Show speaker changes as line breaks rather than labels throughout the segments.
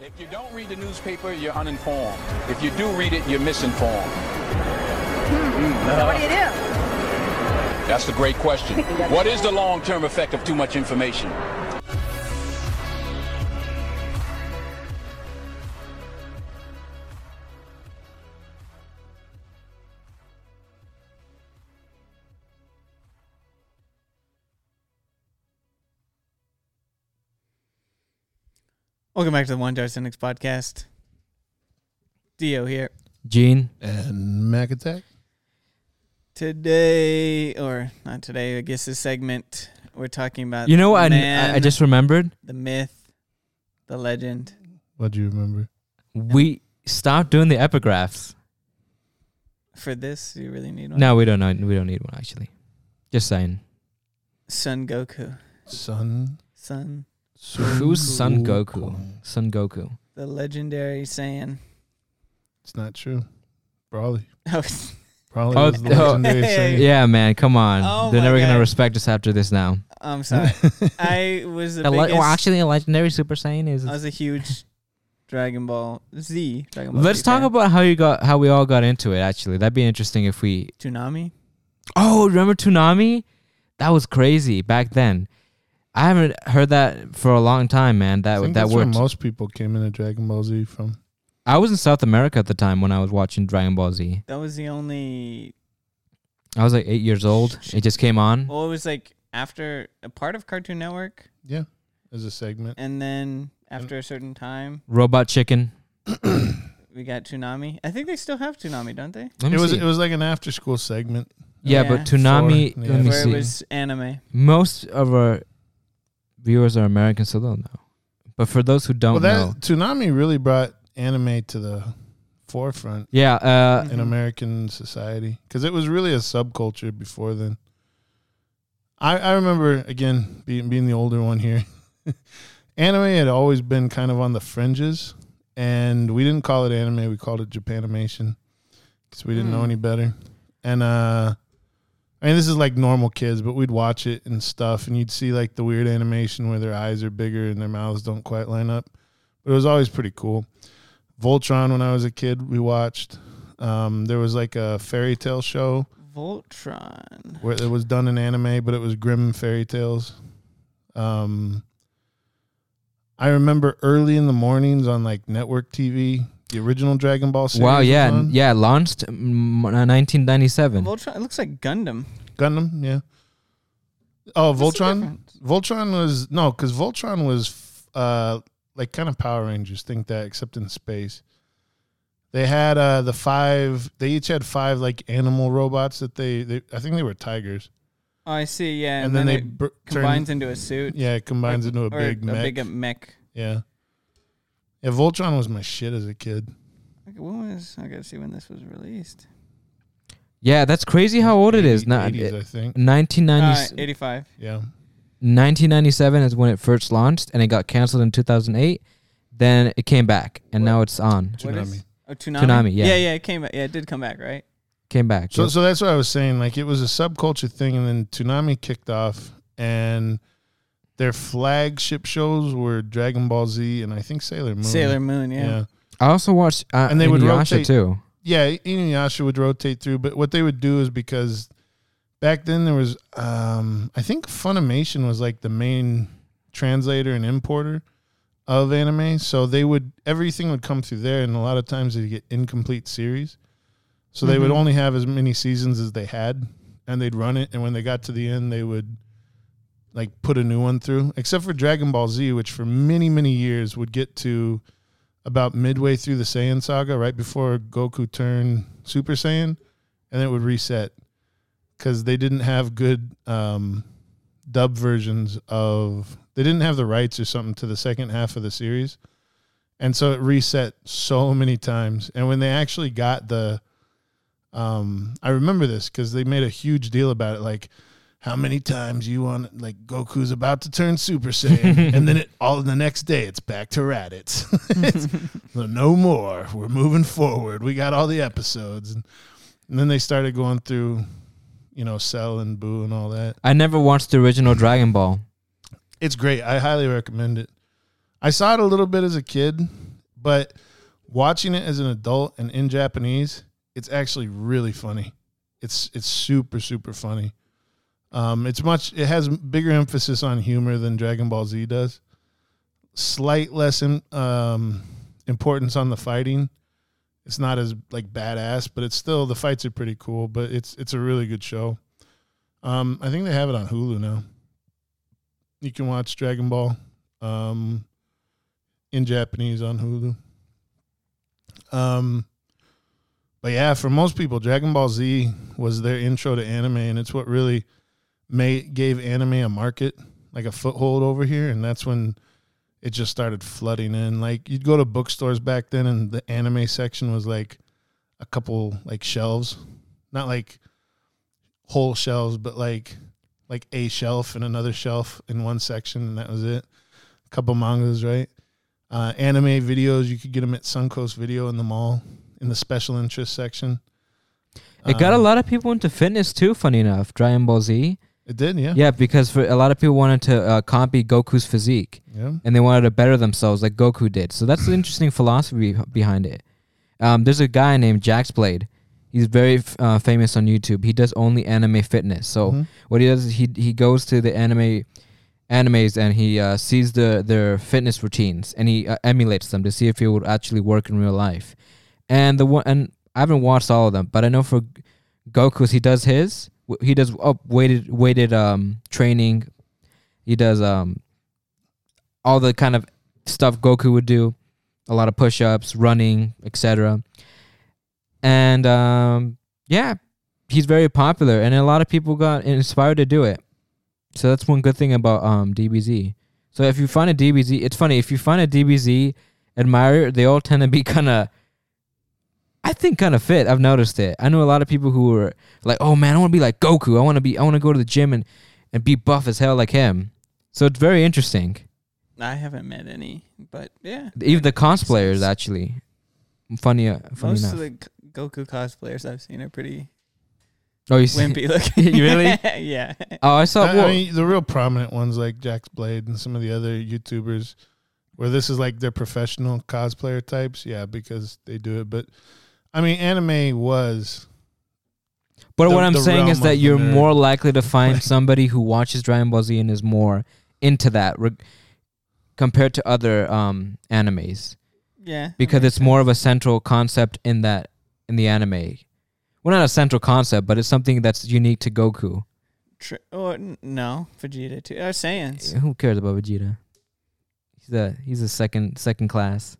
If you don't read the newspaper, you're uninformed. If you do read it, you're misinformed. Hmm.
So Hmm. what do you do?
That's the great question. What is the long-term effect of too much information?
Welcome back to the One Jar Cynics podcast. Dio here.
Gene,
and Mac Attack.
Today, or not today, I guess this segment, we're talking about
you know
the
what? I,
Uh, man,
I just remembered.
the myth, the legend.
What do you remember?
We stopped doing the epigraphs.
For this, you really need one.
No, we don't know. We don't need one actually. Just saying.
Son Goku.
Sun.
Son,
Who's Son Goku? Son Goku.
the legendary Saiyan.
It's not true. Brawly.
Oh,
Brawly
Oh,
was the
oh.
legendary singer.
Yeah, man. Come on.
Oh
They're
my
never
God.
gonna respect us after this. Now.
I'm sorry. I was the
A le-
biggest, Uh,
well, actually, a legendary Super Saiyan is.
I was a huge Dragon Ball Z. Dragon Ball
Let's
Z
talk
fan.
about how you got how we all got into it. Actually, that'd be interesting if we.
Toonami.
Oh, remember Toonami? That was crazy back then. I haven't heard that for a long time, man.
I
That
think
that
that's where
worked.
most people came into Dragon Ball Z from.
I was in South America at the time when I was watching Dragon Ball Z.
That was the only.
I was like eight years old. It just came on.
Well, it was like after a part of Cartoon Network.
Yeah, as a segment.
and then after a certain time,
Robot Chicken.
we got Toonami. I think they still have Toonami, don't they?
Let me
It was
see.
it was like an after school segment.
yeah,
Yeah.
but Toonami.
Four,
Let me
yeah.
Where
see.
it was anime.
Most of our viewers are American, so they'll know. But for those who don't
well,
know,
that Toonami really brought anime to the forefront
yeah, uh,
in American society because it was really a subculture before then. I, I remember again being being the older one here. anime had always been kind of on the fringes, and we didn't call it anime; we called it Japanimation because we didn't know
Hmm.
any better. And uh, I mean, this is like normal kids, but we'd watch it and stuff, and you'd see like the weird animation where their eyes are bigger and their mouths don't quite line up. But it was always pretty cool. Voltron, when I was a kid, we watched. Um, there was like a fairy tale show
Voltron.
where it was done in anime, but it was grim fairy tales. Um, I remember early in the mornings on like network TV, the original Dragon Ball series.
wow,
was
yeah,
on.
yeah, launched mm, 1997.
Voltron. It looks like Gundam.
Gundam, yeah. Oh,
What's the
Voltron.
difference?
Voltron was no, because Voltron was f- uh like kind of Power Rangers. Think that, except in space. They had uh the five. They each had five like animal robots that they. they I think they were tigers,
Oh, I see. Yeah,
and,
and,
then, they
it
br-
combines
turned,
into a suit.
yeah, it combines into a
or
big mech.
big uh, mech.
yeah, yeah. Voltron was my shit as a kid.
Okay, when was I gotta see when this was released?
Yeah, that's crazy how old it is.
80s,
Now,
80s, I think.
1990,
Uh, 85.
Yeah,
1997 is when it first launched, and it got canceled in 2008. Then it came back, and now it's on.
What is-
Toonami.
Oh, Toonami.
Toonami, yeah.
yeah, yeah. It came back. Yeah, it did come back, right?
Came back.
So,
Yep.
so that's what I was saying. Like it was a subculture thing, and then Toonami kicked off, and their flagship shows were Dragon Ball Z and I think Sailor Moon.
Sailor Moon. Yeah.
yeah,
I also watched uh,
And they would
Inuyasha
rotate-
too.
yeah. Inuyasha would rotate through, but what they would do is because back then there was, um, I think Funimation was like the main translator and importer of anime, so they would everything would come through there, and a lot of times they get incomplete series. So they would
Mhm.
only have as many seasons as they had, and they'd run it. And when they got to the end, they would like put a new one through, except for Dragon Ball Z, which for many many years would get to about midway through the Saiyan saga, right before Goku turned Super Saiyan, and it would reset because they didn't have good um, dub versions of. They didn't have the rights or something to the second half of the series. And so it reset so many times. And when they actually got the um, I remember this because they made a huge deal about it. Like, how many times you want like Goku's about to turn Super Saiyan, and then it all the next day it's back to Raditz. It's, no more. We're moving forward. We got all the episodes, and, and then they started going through, you know, Cell and Boo and all that.
I never watched the original Dragon Ball.
It's great. I highly recommend it. I saw it a little bit as a kid, But watching it as an adult and in Japanese, it's actually really funny. It's it's super super funny. Um, it's much. It has bigger emphasis on humor than Dragon Ball Z does. Slight less in, um, importance on the fighting. It's not as like badass, but it's still the fights are pretty cool. But it's it's a really good show. Um, I think they have it on Hulu now. You can watch Dragon Ball um, in Japanese on Hulu. Um, but yeah, for most people, Dragon Ball Z was their intro to anime, and it's what really made gave anime a market, like a foothold over here, and that's when it just started flooding in. Like you'd go to bookstores back then, and the anime section was like a couple like shelves, not like whole shelves, but like like a shelf and another shelf in one section, and that was it. A couple mangas, right? Uh, anime videos you could get them at Suncoast Video in the mall in the special interest section. Um,
It got a lot of people into fitness too. Funny enough, Dragon Ball Z.
It did, yeah.
Yeah, because for a lot of people wanted to uh, copy Goku's physique,
Yeah.
and they wanted to better themselves like Goku did. So that's the interesting philosophy behind it. Um, there's a guy named Jax Blade. He's very f- uh, famous on YouTube. He does only anime fitness. So what he does is he he goes to the anime animes and he uh, sees the their fitness routines and he uh, emulates them to see if it would actually work in real life. And the one and I haven't watched all of them, but I know for G- Goku's he does his w- he does up weighted weighted um training. He does um all the kind of stuff Goku would do, a lot of push-ups, running, etc. And um yeah, he's very popular and a lot of people got inspired to do it. So that's one good thing about um DBZ. So if you find a DBZ, it's funny if you find a DBZ admirer, they all tend to be kind of I think kind of fit. I've noticed it. I know a lot of people who are like, "Oh man, I want to be like Goku. I want to be I want to go to the gym and and be buff as hell like him." So it's very interesting.
I haven't met any, but yeah.
Even the
that makes
cosplayers
sense.
actually funny uh, funny
Most
enough.
of the G- Goku cosplayers I've seen are pretty
oh, you see?
wimpy looking.
Really?
yeah.
Oh, I saw
I-
well,
I mean, the real prominent ones like Jax Blade and some of the other YouTubers, where this is like their professional cosplayer types. Yeah, because they do it. But I mean, anime was
But
the-
what I'm
the
saying is
realm
that
of the
you're
nerd.
more likely to find somebody who watches Dragon Ball Z and is more into that reg- compared to other um, animes
Yeah. that
because
makes
it's more of
sense.
a central concept in that in the anime. Well, not a central concept, but it's something that's unique to Goku.
Tri- or n- no, Vegeta too. Or Saiyans.
Who cares about Vegeta? He's a he's a second second class.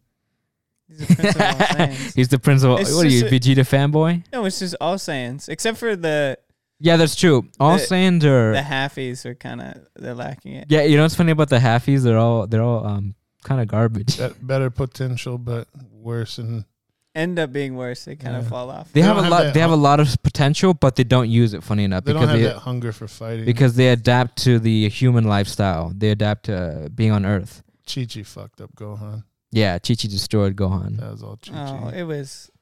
He's the prince of all Saiyans.
he's the principal.
It's
What are you,
just a-
Vegeta fanboy?
No, it's just all Saiyans except for the
Yeah, that's true. All
The-
Saiyans
the
are.
halfies are kind of they're lacking it.
yeah, you know what's funny about the halfies? They're all they're all um kind of garbage.
be- better potential, but worse. And
End up being worse. They kind of
Yeah.
fall off.
They,
They
have a
don't have
lot.
that
they have a lot of potential, but they don't use it. Funny enough,
they don't
because
have
they
that hunger for fighting.
because they adapt to the human lifestyle. They adapt to uh, being on Earth.
Chi Chi fucked up Gohan.
Yeah, Chi Chi destroyed Gohan.
That was all Chi Chi.
Oh, it was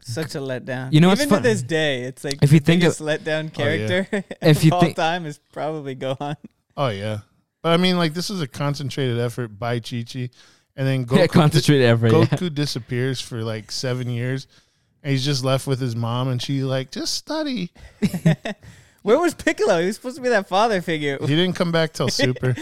such a letdown.
You know what's
even
fun-
to this day, it's like
If
the
you think of-
biggest letdown
Oh, yeah.
character
If
of
you
all
think-
time is probably Gohan.
Oh yeah, but I mean, like this is a concentrated effort by Chi Chi, and then
yeah,
Goku,
concentrate effort. yeah.
Goku disappears for like seven years, and he's just left with his mom, and she's like, "Just study."
Where was Piccolo? He was supposed to be that father figure.
He didn't come back till Super.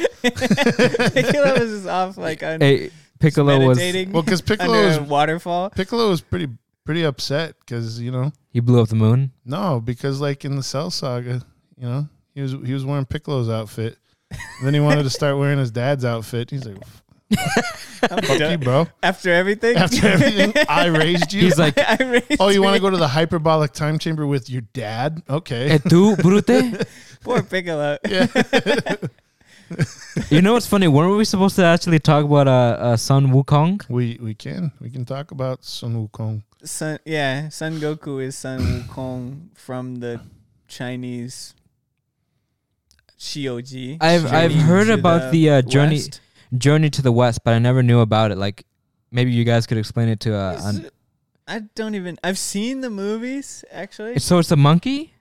Piccolo was just off like on
Hey, Piccolo was
meditating
Well, 'cause Piccolo
under a
is-
waterfall.
Piccolo was pretty pretty upset because you know
he blew up the moon.
no because like in the Cell Saga, you know he was he was wearing Piccolo's outfit, then he wanted to start wearing his dad's outfit. He's like, "Fuck you, bro."
After everything,
After everything, I raised you.
He's like,
I raised
"Oh, you want to go to the hyperbolic time chamber with your dad? Okay."
"Eh, tú, Brute?
poor Piccolo.
yeah.
You know what's funny? Weren't we supposed to actually talk about uh, uh Sun Wukong?
We we can we can talk about Sun Wukong.
Sun, yeah, Sun Goku is Sun Wukong from the Chinese Shioji.
I've I've
Journey
heard
to
about the, uh, journey
West.
Journey to the West, but I never knew about it. Like, maybe you guys could explain it to. Uh,
Is
an-
it- I don't even. I've seen the movies actually.
so it's a monkey.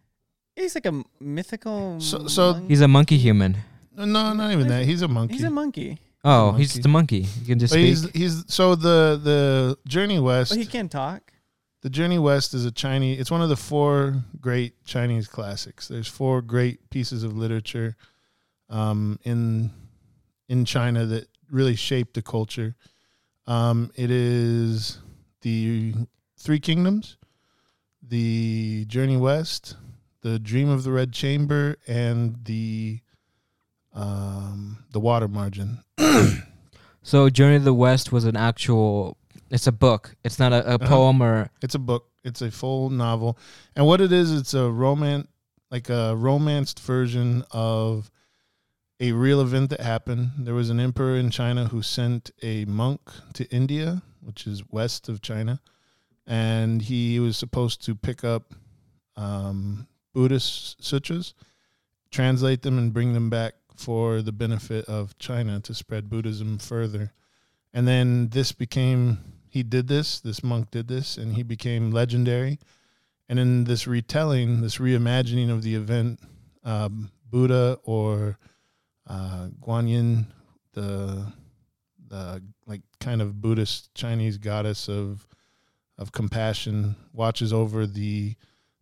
he's like a m- mythical.
So- so-
monk-
He's a monkey human.
No, not even that. He's a monkey.
he's a monkey.
Oh, he's the monkey. You can just
But he's
speak.
he's so the the Journey West.
But he can talk.
The Journey West is a Chinese. It's one of the four great Chinese classics. There's four great pieces of literature, um, in in China that really shaped the culture. Um, it is the Three Kingdoms, the Journey West, the Dream of the Red Chamber, and the um, the Water Margin.
So Journey to the West was an actual. It's a book. It's not a, a
Uh-huh.
poem or
It's a book. It's a full novel, and what it is, it's a romance, like a romanced version of a real event that happened. There was an emperor in China who sent a monk to India, which is west of China, and he was supposed to pick up um, Buddhist sutras, translate them, and bring them back for the benefit of China to spread Buddhism further. And then this became, he did this, this monk did this, and he became legendary. And in this retelling, this reimagining of the event, um, Buddha or uh, Guanyin, the, the like kind of Buddhist Chinese goddess of of compassion, watches over the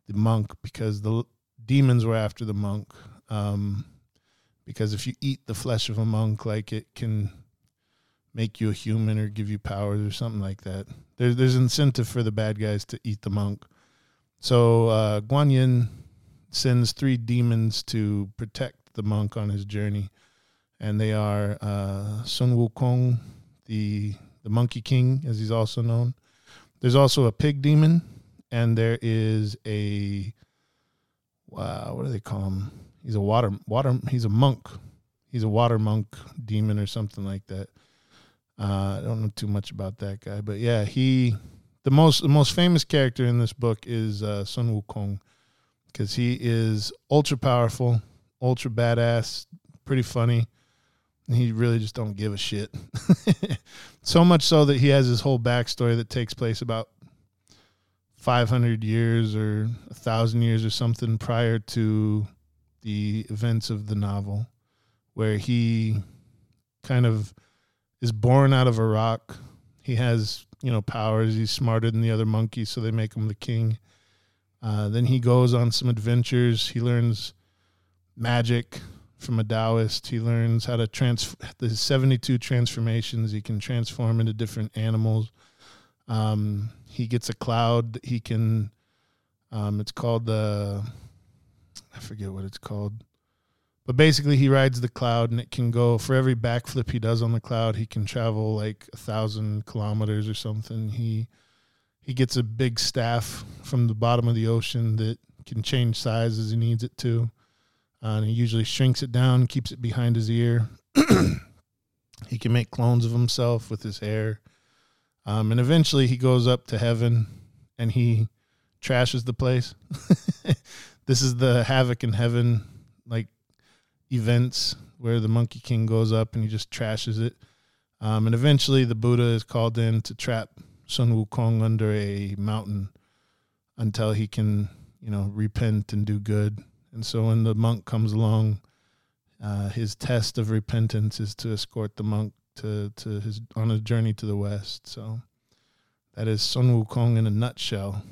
the monk because the l- demons were after the monk. Um, because if you eat the flesh of a monk, like it can make you a human or give you powers or something like that. There's there's incentive for the bad guys to eat the monk. So uh, Guanyin sends three demons to protect the monk on his journey, and they are uh, Sun Wukong, the the Monkey King, as he's also known. There's also a pig demon, and there is a wow, what do they call him? He's a water water. He's a monk. He's a water monk demon or something like that. Uh, I don't know too much about that guy, but yeah, he the most the most famous character in this book is uh, Sun Wukong because he is ultra powerful, ultra badass, pretty funny. And he really just don't give a shit. so much so that he has his whole backstory that takes place about 500 years or a thousand years or something prior to the events of the novel, where he kind of is born out of a rock. He has, you know, powers. He's smarter than the other monkeys, so they make him the king. Uh, then he goes on some adventures. He learns magic from a Taoist. He learns how to trans the 72 transformations. He can transform into different animals. Um, he gets a cloud that he can. Um, it's called the. I forget what it's called. But basically, he rides the cloud, and it can go for every backflip he does on the cloud. He can travel like a thousand kilometers or something. He he gets a big staff from the bottom of the ocean that can change size as he needs it to. Uh, and he usually shrinks it down, keeps it behind his ear. he can make clones of himself with his hair. Um, and eventually he goes up to heaven and he trashes the place. this is the Havoc in Heaven like events where the Monkey King goes up and he just trashes it. Um, and eventually the Buddha is called in to trap Sun Wukong under a mountain until he can, you know, repent and do good. And so when the monk comes along, uh, his test of repentance is to escort the monk to, to his on his journey to the west. So that is Sun Wukong in a nutshell.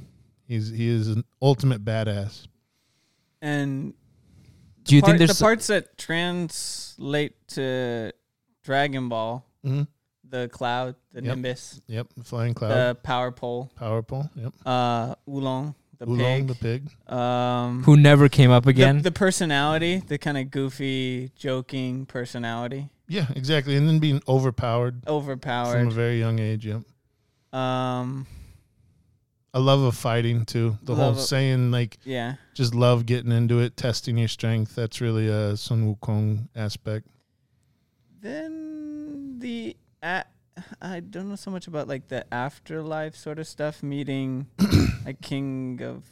He's he is an ultimate badass.
And
Do you
part-
think there's
the parts that translate to Dragon Ball?
Mm-hmm.
The cloud, the
Yep.
nimbus,
Yep, the flying cloud,
the power pole,
power pole. Yep,
uh, oolong, the
Oolong the
pig,
pig.
um,
who never came up
the-
again?
the personality, the kind of goofy, joking personality,
Yeah, exactly. And then being overpowered from a
overpowered.
very young age. Yep.
Um,
I love of fighting too. The
Love
whole
of-
saying like
yeah,
just love getting into it, testing your strength. That's really a Sun Wukong aspect.
then the a I don't know so much about like the afterlife sort of stuff. Meeting a king of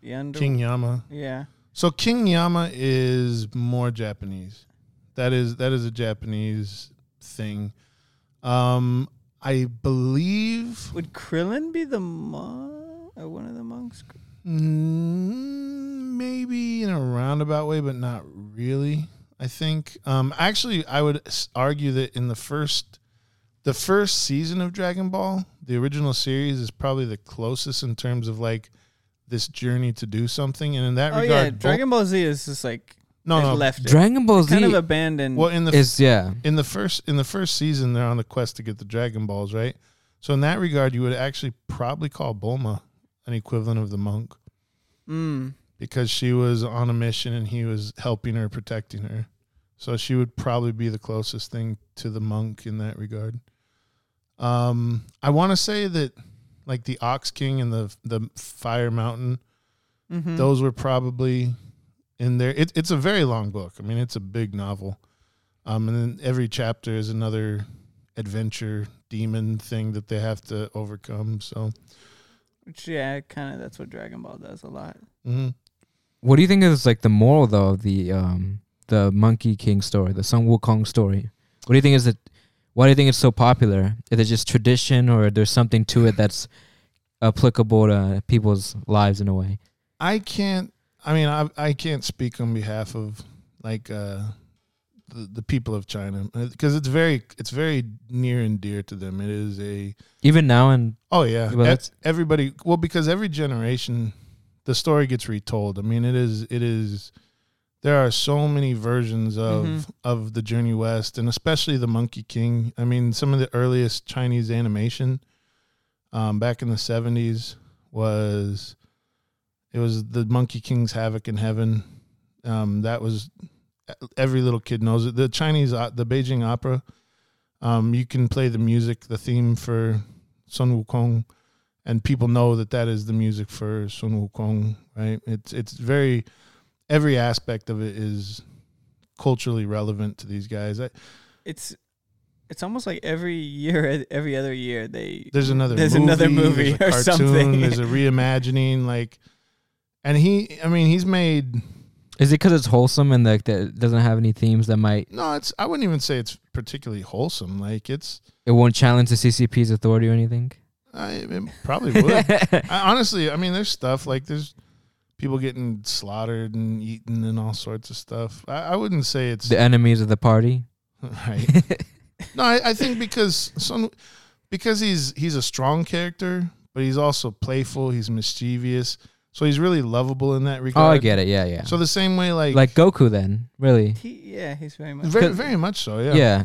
the under.
King Yama.
Yeah.
So King Yama is more Japanese. That is that is a Japanese thing. Um, I believe.
Would Krillin be the monk or one of the monks?
Mm, maybe in a roundabout way, but not really. I think. Um, actually, I would s- argue that in the first, the first season of Dragon Ball, the original series is probably the closest in terms of like this journey to do something. And in that
Oh
regard,
yeah,
both-
Dragon Ball Z is just like
no,
they
no.
left it.
Dragon Ball Z
kind of abandoned.
Well, in the
is yeah.
in the first in the first season, they're on the quest to get the Dragon Balls, right? So in that regard, you would actually probably call Bulma an equivalent of the monk
mm,
because she was on a mission and he was helping her, protecting her. So she would probably be the closest thing to the monk in that regard. Um, I want to say that like the Ox King and the the Fire Mountain,
mhm.
those were probably in there. It, it's a very long book. I mean, it's a big novel. Um, and then every chapter is another adventure demon thing that they have to overcome. So,
Which, yeah, kind of that's what Dragon Ball does a lot.
mhm.
What do you think is like the moral though of the um the Monkey King story, the Sun Wukong story? What do you think is it? Why do you think it's so popular? Is it just tradition, or there's something to it that's applicable to people's lives in a way?
I can't. I mean, I I can't speak on behalf of like uh, the the people of China because it's very it's very near and dear to them. It is a
Even now, and
Oh yeah,
Well,
E-
that's-
everybody. Well, because every generation, the story gets retold. I mean, it is it is. There are so many versions of
Mhm.
of the Journey West, and especially the Monkey King. I mean, some of the earliest Chinese animation, um, back in the seventies, was it was the Monkey King's Havoc in Heaven. Um, that was every little kid knows it. The Chinese, o- the Beijing Opera. Um, you can play the music, the theme for Sun Wukong, and people know that that is the music for Sun Wukong, right? It's it's very every aspect of it is culturally relevant to these guys. I,
It's it's almost like every year, every other year they
there's another
There's
movie,
another movie
there's a
or
cartoon,
something.
There's a reimagining, like, and he, I mean, he's made
is it because it's wholesome and like that it doesn't have any themes that might
no, it's I wouldn't even say it's particularly wholesome. Like it's,
it won't challenge the CCP's authority or anything?
I it probably would. I, honestly, I mean, there's stuff like there's people getting slaughtered and eaten and all sorts of stuff. I, I wouldn't say it's
the enemies of the party.
right. no, I, I think because some because he's he's a strong character, but he's also playful. He's mischievous, so he's really lovable in that regard.
Oh, I get it. Yeah, yeah.
So the same way, like
like Goku, then really,
he, yeah, he's very much.
very
Cause-
very much so.
yeah.
Yeah.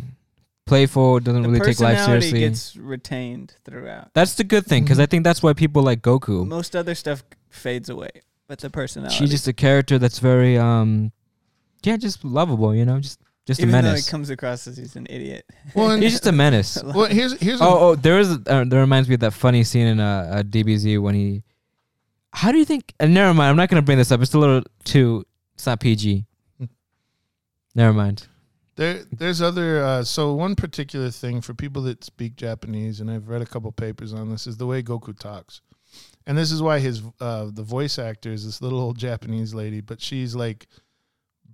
Playful, doesn't
the
really take life
personality
seriously.
gets retained throughout.
that's the good thing because
Mm-hmm.
I think that's why people like Goku.
Most other stuff fades away, but the personality.
She's just a character that's very um yeah, just lovable, you know, just just
even
a
though
menace.
it comes across as he's an idiot.
Well, and-
He's just a menace. oh,
Well, here's here's a-
oh, there is uh, that reminds me of that funny scene in uh, uh DBZ when he How do you think uh, never mind, I'm not going to bring this up. It's a little too it's not PG. Never mind.
There, there's other. Uh, so one particular thing for people that speak Japanese, and I've read a couple papers on this, is the way Goku talks, and this is why his uh, the voice actor is this little old Japanese lady, but she's like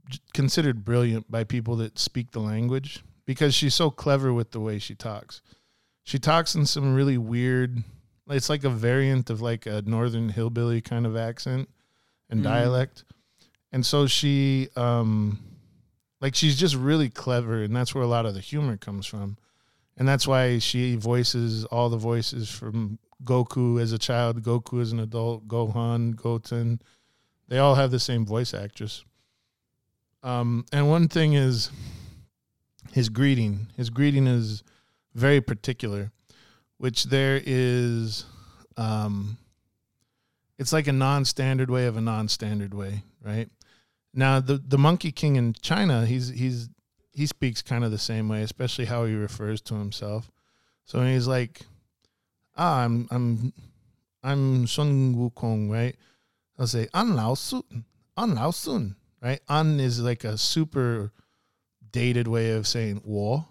j- considered brilliant by people that speak the language because she's so clever with the way she talks. She talks in some really weird. It's like a variant of like a northern hillbilly kind of accent and
Mm.
dialect, and so she. um like she's just really clever and that's where a lot of the humor comes from and that's why she voices all the voices from goku as a child goku as an adult gohan goten they all have the same voice actress um, and one thing is his greeting his greeting is very particular which there is um, it's like a non-standard way of a non-standard way right now the the Monkey King in China, he's he's he speaks kind of the same way, especially how he refers to himself. So he's like, "Ah, I'm I'm I'm Sun Wukong, right?" I'll say, "An Lao Sun, An Lao Sun," right? An is like a super dated way of saying "war,"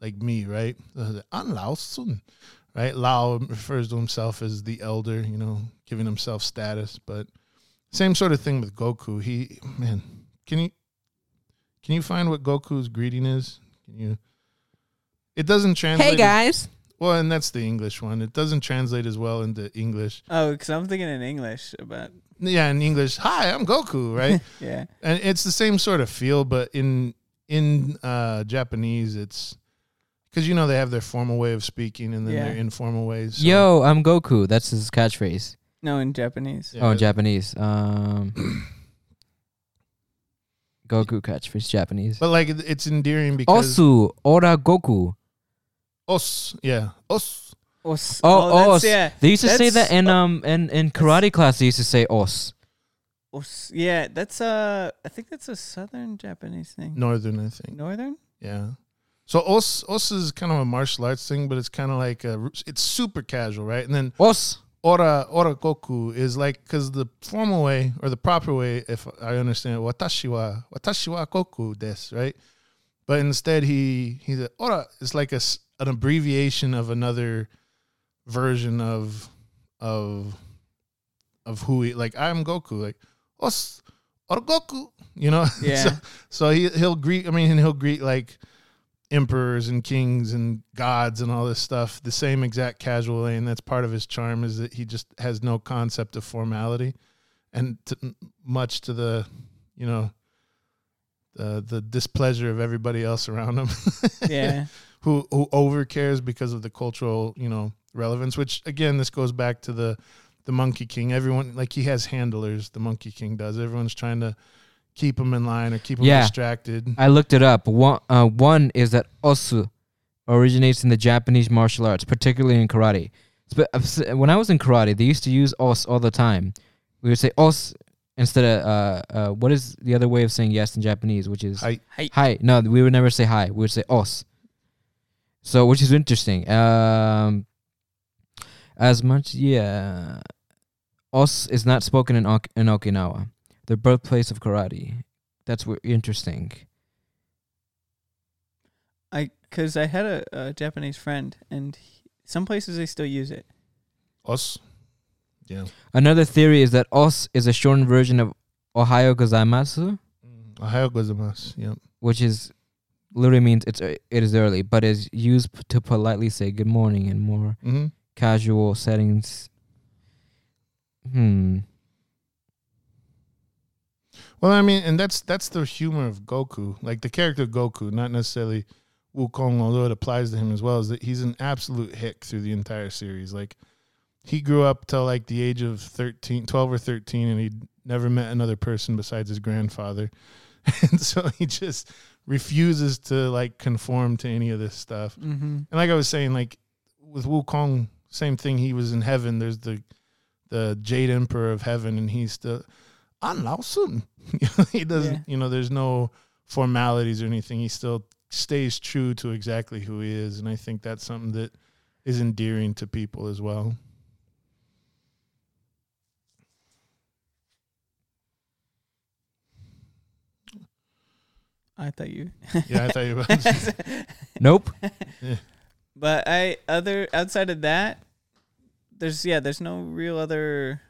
like me, right? So I'll say, An Lao Sun, right? Lao refers to himself as the elder, you know, giving himself status, but same sort of thing with Goku. He man, can you can you find what Goku's greeting is? Can you? It doesn't translate. as-
guys.
well, and that's the English one. It doesn't translate as well into English.
Oh, because I'm thinking in English about
Yeah, in English, hi, I'm Goku, right?
yeah.
and it's the same sort of feel, but in in uh, Japanese, it's because you know they have their formal way of speaking and then
Yeah.
their informal ways. so-
Yo, I'm Goku. That's his catchphrase.
No, in Japanese.
Yeah,
Oh,
it-
Japanese. Um, Goku catchphrase Japanese.
But like it- it's endearing because
Osu ora Goku.
os, yeah, os.
Os.
Oh,
that's-
os.
Yeah.
They used to say that
That's-
in um in, in karate class. They used to say os.
Os. Yeah, that's uh, I think that's a southern Japanese thing.
Northern, I think.
Northern?
Yeah. So os os is kind of a martial arts thing, but it's kind of like a, it's super casual, right? And then
Os.
ora ora goku is like because the formal way or the proper way, if I understand, watashi wa watashi wa goku des, right? But instead, he he said ora. It's like a s- an abbreviation of another version of of of who he like. I'm Goku, like os ora goku. You know,
Yeah.
so, so he he'll greet. I mean, and he'll greet like emperors and kings and gods and all this stuff the same exact casual way. And that's part of his charm is that he just has no concept of formality, and to, much to the, you know, the the displeasure of everybody else around him,
Yeah.
who who over cares because of the cultural you know relevance. Which again, this goes back to the the Monkey King. Everyone like he has handlers. The Monkey King does. Everyone's trying to keep him in line or keep him
Yeah.
distracted.
I looked it up. One, uh, one is that osu originates in the Japanese martial arts, particularly in karate. But when I was in karate, they used to use os all the time. We would say os instead of uh, uh, what is the other way of saying yes in Japanese, which is
Hi.
Hi.
Hi. No, we would never say hi. We would say os. So, which is interesting. Um, as much, yeah, os is not spoken in ok- in Okinawa, the birthplace of karate. That's w- interesting.
I because I had a, a Japanese friend, and he, some places they still use it.
Us. Yeah.
Another theory is that os is a shortened version of Ohio gozaimasu,
Ohio gozaimasu. Yep.
which is literally means it's ear- it is early, but is used p- to politely say good morning in more
Mm-hmm.
casual settings. Hmm.
Well, I mean, and that's that's the humor of Goku, like the character Goku, not necessarily Wukong, although it applies to him as well. Is that he's an absolute hick through the entire series. Like he grew up till like the age of 13, 12 or thirteen, and he never met another person besides his grandfather, and so he just refuses to like conform to any of this stuff.
Mm-hmm.
And like I was saying, like with Wukong, same thing. He was in heaven. There's the the Jade Emperor of Heaven, and he's still I'm Lao Sun. he doesn't,
Yeah.
you know. There's no formalities or anything. He still stays true to exactly who he is, and I think that's something that is endearing to people as well.
I thought you.
Yeah, I thought you were about to
Nope.
But I other outside of that, there's yeah, there's no real other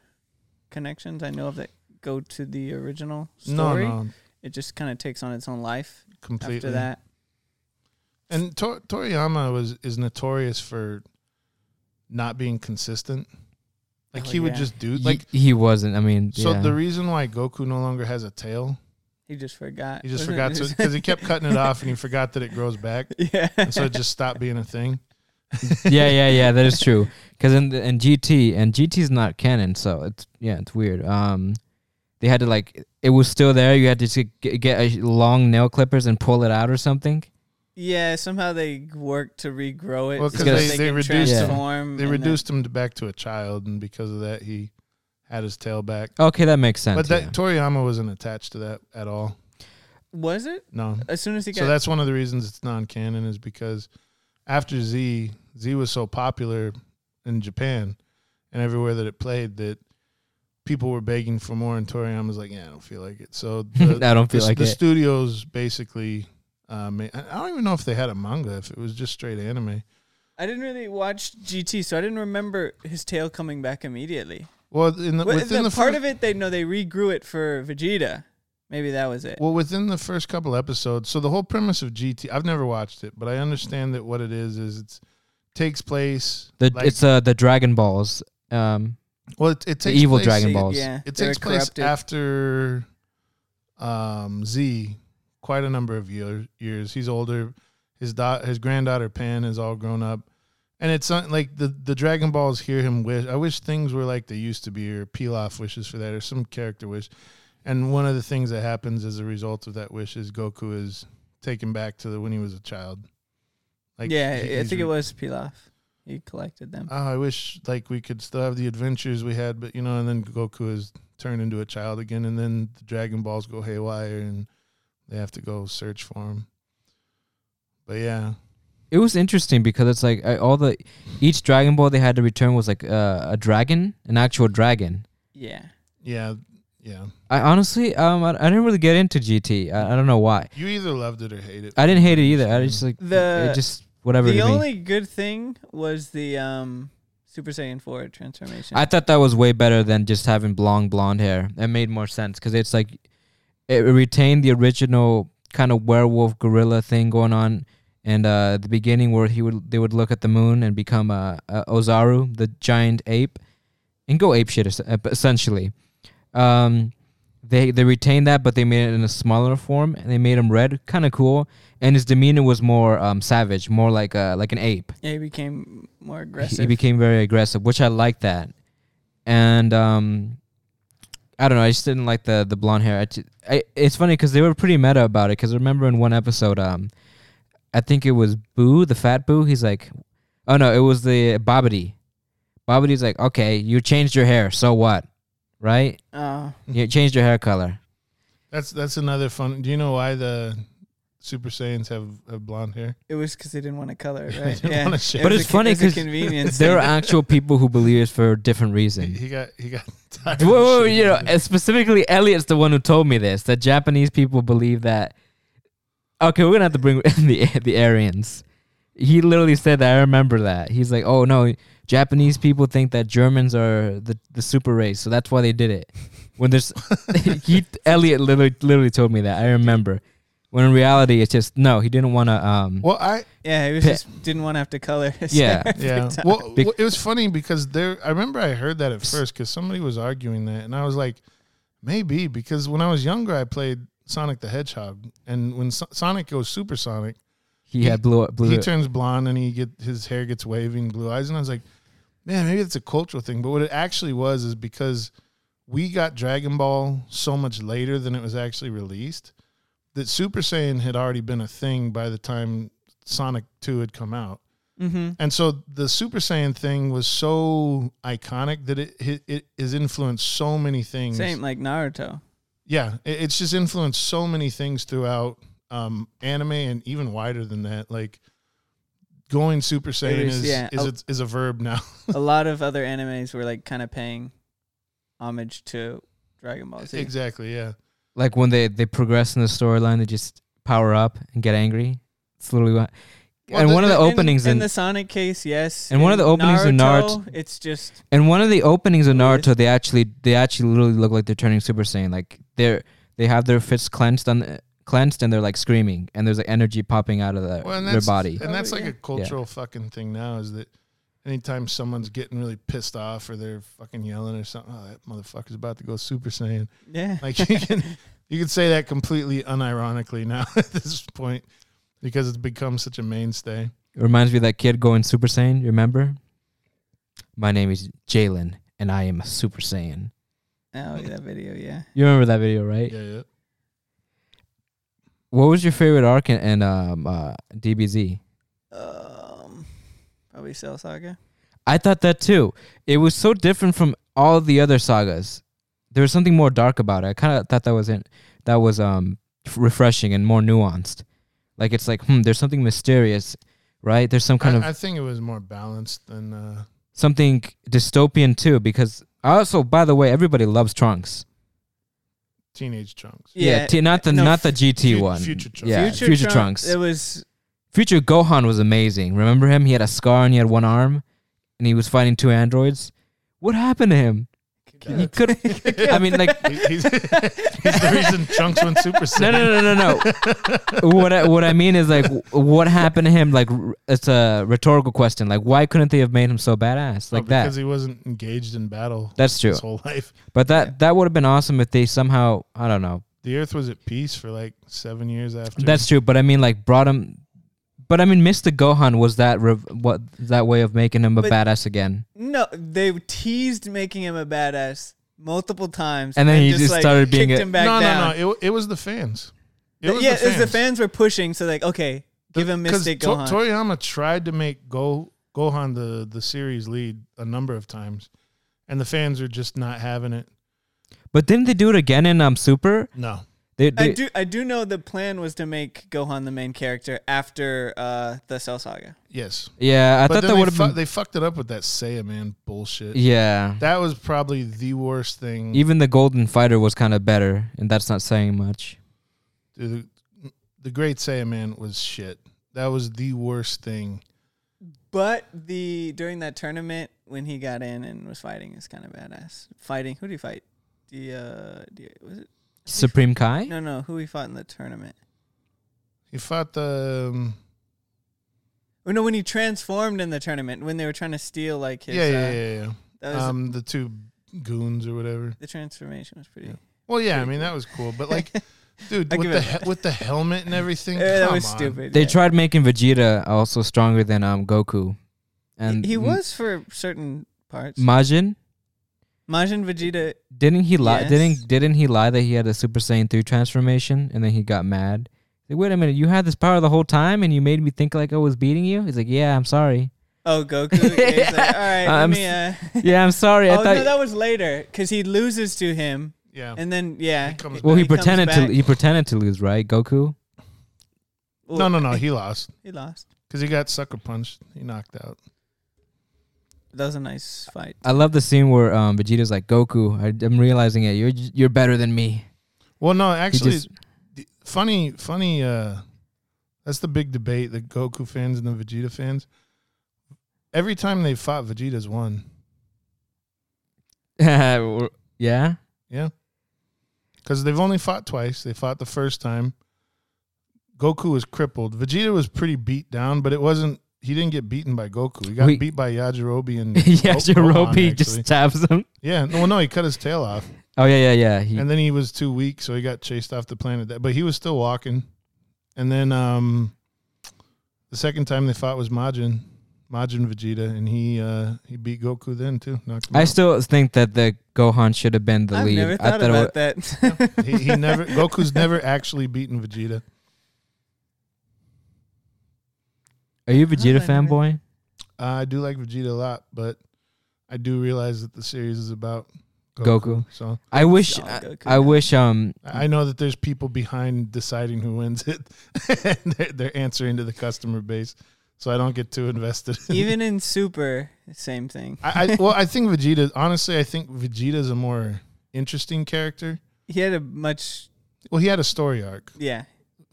connections I know of that go to the original
no,
story.
no,
It just kind of takes on its own life
completely.
after that.
And Tor- Toriyama was is notorious for not being consistent. Like
Oh,
he would
yeah.
just do
He-
like
he, wasn't. I mean,
So
yeah.
the reason why Goku no longer has a tail,
He just forgot.
he just
wasn't
forgot
it?
to because he kept cutting it off and he forgot that it grows back,
yeah.
and so it just stopped being a thing.
yeah, yeah, yeah. That is true. Because in the, in GT and GT is not canon, so it's yeah, it's weird. Um, they had to like it was still there. You had to just get, get a long nail clippers and pull it out or something.
yeah. Somehow they worked to regrow it.
Well,
so
'cause
that
they- they
can
reduced
him.
transform
They
and then-
reduced him to back to a child, and because of that, he had his tail back.
Okay, that makes sense.
But that
Oh, yeah.
Toriyama wasn't attached to that at all.
Was it
No,
as soon as he got?
so that's one of the reasons it's non-canon is because after Z, Z was so popular in Japan and everywhere that it played that people were begging for more, and Toriyama's like, "Yeah, I don't feel like it." So the,
I don't feel
the,
like
the
it.
studios basically. Uh, ma- I I don't even know if they had a manga. If it was just straight anime.
I didn't really watch GT, so I didn't remember his tail coming back immediately.
Well, in the,
Well,
within
the
the,
part
fir-
of it, they know they regrew it for Vegeta. Maybe that was it.
Well, within the first couple episodes, so the whole premise of GT, I've never watched it, but I understand that what it is is it takes place.
The,
like-
it's uh the Dragon Balls. Um,
well, it, it
the
takes
evil
place-
Dragon
See,
Balls.
Yeah,
It
they were
takes place
corrupted.
after um, Z quite a number of year, years. He's older. His da- his granddaughter Pan is all grown up, and it's not like the the Dragon Balls hear him wish. I wish things were like they used to be, or Pilaf wishes for that, or some character wish. And one of the things that happens as a result of that wish is Goku is taken back to the when he was a child. Like
yeah,
he-
I
he's
think it
re-
was Pilaf. He collected them.
Oh, I wish like we could still have the adventures we had, but you know, and then Goku is turned into a child again, and then the Dragon Balls go haywire, and they have to go search for him. But yeah,
It was interesting because it's like uh, all the each Dragon Ball they had to return was like uh, a dragon, an actual dragon.
Yeah.
yeah, yeah.
I honestly, um, I, I didn't really get into GT. I, I don't know why.
You either loved it or hated it.
I didn't hate it either. I just like
The-
it just whatever.
the
to me.
only good thing was the um Super Saiyan 4 transformation.
I thought that was way better than just having long blonde hair. It made more sense because it's like it retained the original kind of werewolf gorilla thing going on, and uh, at the beginning where he would they would look at the moon and become uh, uh, Ozaru, the giant ape, and go ape shit es- uh, essentially. Um, they they retained that, but they made it in a smaller form, and they made him red, kind of cool. And his demeanor was more um, savage, more like a like an ape.
yeah, he became more
He-
aggressive.
He became very aggressive, which I like that. And um, I don't know. I just didn't like the the blonde hair. I, ju- I- it's funny because they were pretty meta about it. Because remember in one episode, um, I think it was Boo, the fat Boo. He's like, oh no, it was the Bobbity. Bobbity's like, okay, you changed your hair, so what, right?
uh,
You changed your hair color.
That's that's another fun. Do you know why the Super Saiyans have, have blonde hair?
it was because they didn't want to color it,
They
right?
didn't
yeah.
wanna shit.
It
But
was
it's
a-
funny
it was a
'cause
convenience.
There are actual people who believe it's for different
He,
reasons.
he got he got tired.
Whoa,
of
whoa,
shit.
you know, and specifically Elliot's the one who told me this. That Japanese people believe that. Okay, we're gonna have to bring in the the Aryans. He literally said that. I remember that. He's like, "Oh no, Japanese people think that Germans are the, the super race, so that's why they did it." When there's he Elliot literally literally told me that. I remember. When in reality, it's just no. He didn't want to. Um,
Well, I
yeah, he was
Pe-
just didn't want to have to color. His
Yeah.
hair every
yeah.
time.
Well,
Bec-
well, it was funny because there. I remember I heard that at first because somebody was arguing that, and I was like, maybe because when I was younger, I played Sonic the Hedgehog, and when so- Sonic goes supersonic,
he had blue blue.
he turns blonde and he get his hair gets wavy and blue eyes, and I was like, man, maybe it's a cultural thing. But what it actually was is because we got Dragon Ball so much later than it was actually released that Super Saiyan had already been a thing by the time Sonic Two had come out.
Mhm.
And so the Super Saiyan thing was so iconic that it it, it has influenced so many things.
Same like Naruto.
Yeah, it, it's just influenced so many things throughout um, anime and even wider than that. Like going Super Saiyan
is,
is
yeah. Oh,
is, a, is a verb now.
a lot of other animes were like kind of paying homage to Dragon Ball Z.
exactly. Yeah.
like when they they progress in the storyline, they just power up and get angry. It's literally what.
Well,
and
the-
one of the,
the-
In-
openings
in,
in,
the Sonic case, yes.
And one of
In
the openings in
Naruto, it's just
And one of the openings
Oh,
of
yes.
Naruto, they actually they actually literally look like they're turning Super Saiyan. Like they're they have their fists clenched on clenched and they're like screaming and there's like energy popping out of the,
Well, and
their
that's,
body.
and that's
Oh,
like
yeah.
a cultural fucking thing now. Is that anytime someone's getting really pissed off or they're fucking yelling or something, oh that motherfucker's about to go Super Saiyan.
yeah.
Like you can you can say that completely unironically now at this point because it's become such a mainstay.
It reminds me of that kid going Super Saiyan, you remember? My name is Jalen and I am a Super Saiyan.
oh, that video, yeah.
You remember that video, right?
Yeah, yeah.
What was your favorite arc in, in um uh, DBZ?
Um, probably Cell Saga.
I thought that too. It was so different from all the other sagas. There was something more dark about it. I kind of thought that was in, that was um f- refreshing and more nuanced. Like it's like hmm, there's something mysterious, right? There's some kind
I,
of
I think it was more balanced than uh,
something dystopian too. Because I also, by the way, everybody loves Trunks.
teenage chunks.
Yeah, t- not the
no,
not the GT
fu-
one.
Future Trunks.
Yeah,
Future,
Future,
Trunks.
Trunks.
It was
Future Gohan was amazing. Remember him? He had a scar and he had one arm, and he was fighting two androids. What happened to him? He could. I mean, like
He- he's, he's the reason chunks went super
No,
saiyan.
no, no, no, no. what I, what I mean is like, w- what happened to him? Like, r- it's a rhetorical question. Like, why couldn't they have made him so badass
Oh,
like
because
that?
he wasn't engaged in battle
That's true.
his whole life.
But that that would have been awesome if they somehow I don't know
The Earth was at peace for like seven years after.
That's true, but I mean, like, brought him. But I mean, Mr. Gohan was that rev- what that way of making him a
But-
badass again,
No, they teased making him a badass multiple times,
And then he just started being
kicked
a-
him back
no,
down.
no, no. It, it was the fans. It was
yeah,
the fans.
it's the fans were pushing, so like, okay, give him
'cause
Mystic
To-
Gohan.
Toriyama tried to make Go Gohan the the series lead a number of times, and the fans are just not having it.
but didn't they do it again in um Super?
No,
They, they
I do, I do know the plan was to make Gohan the main character after uh, the Cell Saga.
yes,
yeah. I
but
thought that
then
would
they,
have
fu-
been
they fucked it up with that Saiyan man bullshit.
yeah.
That was probably the worst thing.
Even the Golden Fighter was kind of better, and that's not saying much.
the, the Great Saiyan man was shit. That was the worst thing.
But the during that tournament when he got in and was fighting is kind of badass. Fighting who do you fight? The uh, the, was it?
Supreme Kai.
No, no, who he fought in the tournament?
He fought the um,
Oh, no, when he transformed in the tournament when they were trying to steal like his.
yeah,
uh,
yeah, yeah, yeah.
That was
um, the two goons or whatever.
the transformation was pretty.
Well, yeah, I mean that was cool, but like, dude,
I
with
give
the
it
he-
that.
with the helmet and everything,
Eh, that
come
was
on.
stupid.
They
yeah.
tried making Vegeta also stronger than um Goku, and
he was for certain parts.
Majin.
Majin Vegeta.
Didn't he lie?
Yes.
Didn't didn't he lie that he had a Super Saiyan three transformation, and then he got mad? Like, wait a minute, you had this power the whole time, and you made me think like I was beating you. He's like, yeah, I'm sorry.
Oh, Goku. yeah, he's like, All right, let
I'm
me. Uh,
yeah, I'm sorry. I
oh
thought.
no, that was later because he loses to him,
Yeah,
and then yeah.
He comes
it-
back.
well, he,
comes
pretended
back.
to. He pretended to lose, right? Goku.
Well,
no, no, no, he lost
He lost.
because he got sucker punched. He knocked out.
That was a nice fight.
I love the scene where um, Vegeta's like, Goku, I, I'm realizing it. You're j- you're better than me.
Well, no,
He
actually,
just-
the- funny, funny. Uh, that's the big debate: the Goku fans and the Vegeta fans. Every time they fought, Vegeta's won.
yeah.
Yeah, because they've only fought twice. They fought the first time. Goku was crippled. Vegeta was pretty beat down, but it wasn't. He didn't get beaten by Goku. He got
We-
beat by Yajirobe and
yeah,
Go- Gohan,
Jirobe
actually.
just stabs him.
Yeah, no, no, he cut his tail off,
Oh yeah, yeah, yeah. He,
and then he was too weak, so he got chased off the planet. That, but he was still walking. And then um, the second time they fought was Majin, Majin Vegeta, and he uh, he beat Goku then too. Knocked him
I
out.
still think that the Gohan should have been the
I've
lead.
never
I
thought
it
about
wa-
that.
he, he never Goku's never actually beaten Vegeta.
Are you a Vegeta
I never-
fanboy?
Uh, I do like Vegeta a lot, but I do realize that the series is about
Goku.
So
I wish.
Solid
I,
Oh, Goku
I
now.
wish. Um.
I I know that there's people behind deciding who wins it, and they're, they're answering to the customer base. So I don't get too invested. in
Even in Super, same thing.
I, I well, I think Vegeta. Honestly, I think Vegeta's a more interesting character.
He had a much
Well, he had a story arc.
yeah.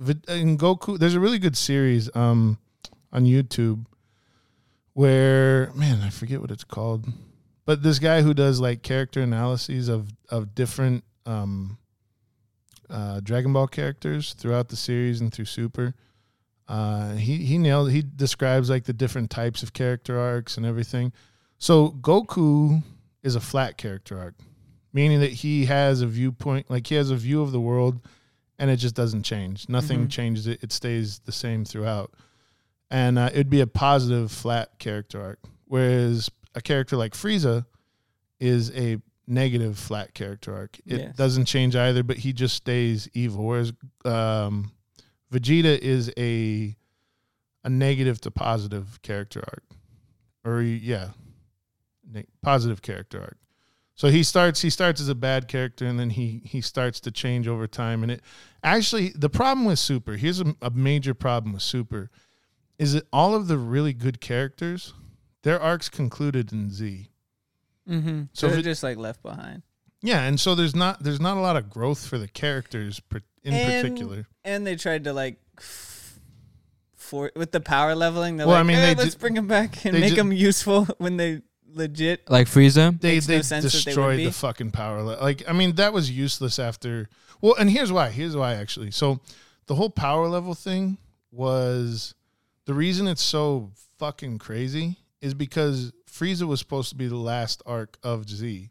Ve- uh, In Goku, there's a really good series um on YouTube where man, I forget what it's called, but this guy who does like character analyses of of different um uh Dragon Ball characters throughout the series and through Super. Uh, he he nailed. He describes like the different types of character arcs and everything. So Goku is a flat character arc, meaning that he has a viewpoint, like he has a view of the world, and it just doesn't change. Nothing
Mhm.
changes it; it stays the same throughout. And uh, it'd be a positive flat character arc, whereas a character like Frieza is a negative flat character arc. It
Yes.
doesn't change either, but he just stays evil. Whereas um, Vegeta is a a negative to positive character arc, or yeah, ne- positive character arc. So he starts he starts as a bad character, and then he he starts to change over time. And it actually the problem with Super here's a, a major problem with Super is that all of the really good characters their arcs concluded in Z.
Mm-hmm.
So
So
if
they're
it-
just like left behind,
Yeah, and so there's not there's not a lot of growth for the characters per, in
And-
particular.
and they tried to like. f- For, with the power leveling, they're
Well, I
like,
mean,
"Eh,
they
let's
ju-
bring him back and
they
make
ju-
him useful when they legit
Like Frieza.
They
makes
they
no sense that they would
destroyed
be.
the fucking power. le- Like I mean that was useless after. Well, and here's why. Here's why actually. So the whole power level thing was the reason it's so fucking crazy is because Frieza was supposed to be the last arc of Z.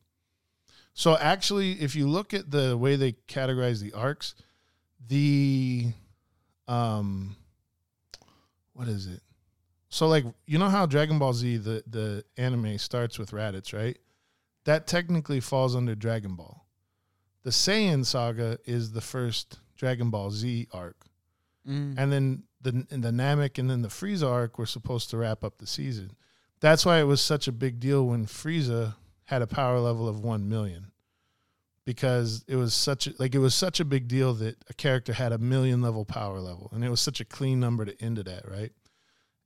So actually, if you look at the way they categorize the arcs, the um, what is it? So like you know how Dragon Ball Z the the anime starts with Raditz, right? That technically falls under Dragon Ball. The Saiyan saga is the first Dragon Ball Z arc,
Mm.
and then the and the Namek and then the Frieza arc were supposed to wrap up the season. That's why it was such a big deal when Frieza had a power level of one million, because it was such a, like it was such a big deal that a character had a million level power level, and it was such a clean number to end it at, right?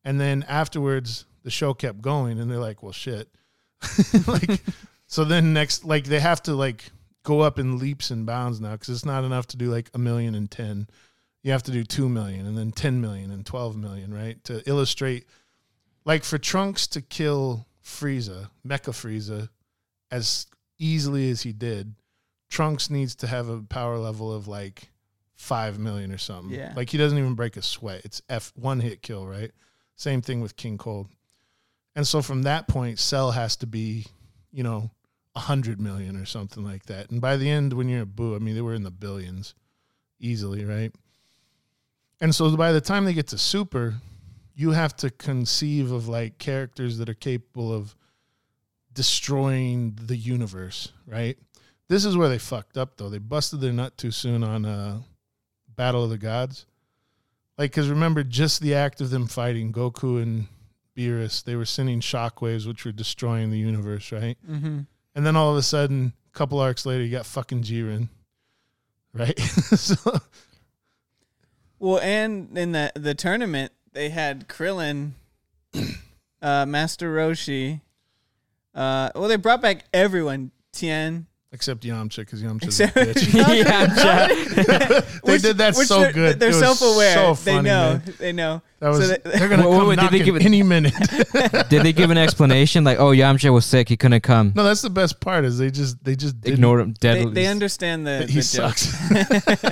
And then afterwards, the show kept going, and they're like, "Well, shit." like, so then next, like they have to like go up in leaps and bounds now because it's not enough to do like a million and ten. You have to do two million, and then ten million, and twelve million, right? To illustrate, like for Trunks to kill Frieza, Mecha Frieza, as easily as he did, Trunks needs to have a power level of like five million or something.
Yeah.
Like he doesn't even break a sweat. It's F one hit kill, right? Same thing with King Cold. And so from that point, Cell has to be, you know, a hundred million or something like that. And by the end, when you're at Boo, I mean they were in the billions easily, right? And so by the time they get to Super, you have to conceive of like characters that are capable of destroying the universe, right? This is where they fucked up though. They busted their nut too soon on uh, Battle of the Gods. Like, because remember, just the act of them fighting Goku and Beerus, they were sending shockwaves, which were destroying the universe, right?
Mm-hmm.
And then all of a sudden, a couple arcs later, you got fucking Jiren, right? so,
Well, and in the the tournament, they had Krillin, uh, Master Roshi. Uh, well, they brought back everyone. Tien.
except Yamcha, because Yamcha's
Except-
a bitch. they
Which-
did that
which
so
they're-
good.
They're
It was
self-aware.
So funny,
they know.
man.
They know.
That
so
was,
they,
they're gonna
Wait,
come
wait, did they
knocking
give it-
any minute.
Did they give an explanation like, "Oh, Yamcha was sick; he couldn't come"?
no, that's the best part is they just they just didn't-
Ignore him.
they,
Deadly.
they understand the,
that
the
He
joke.
sucks.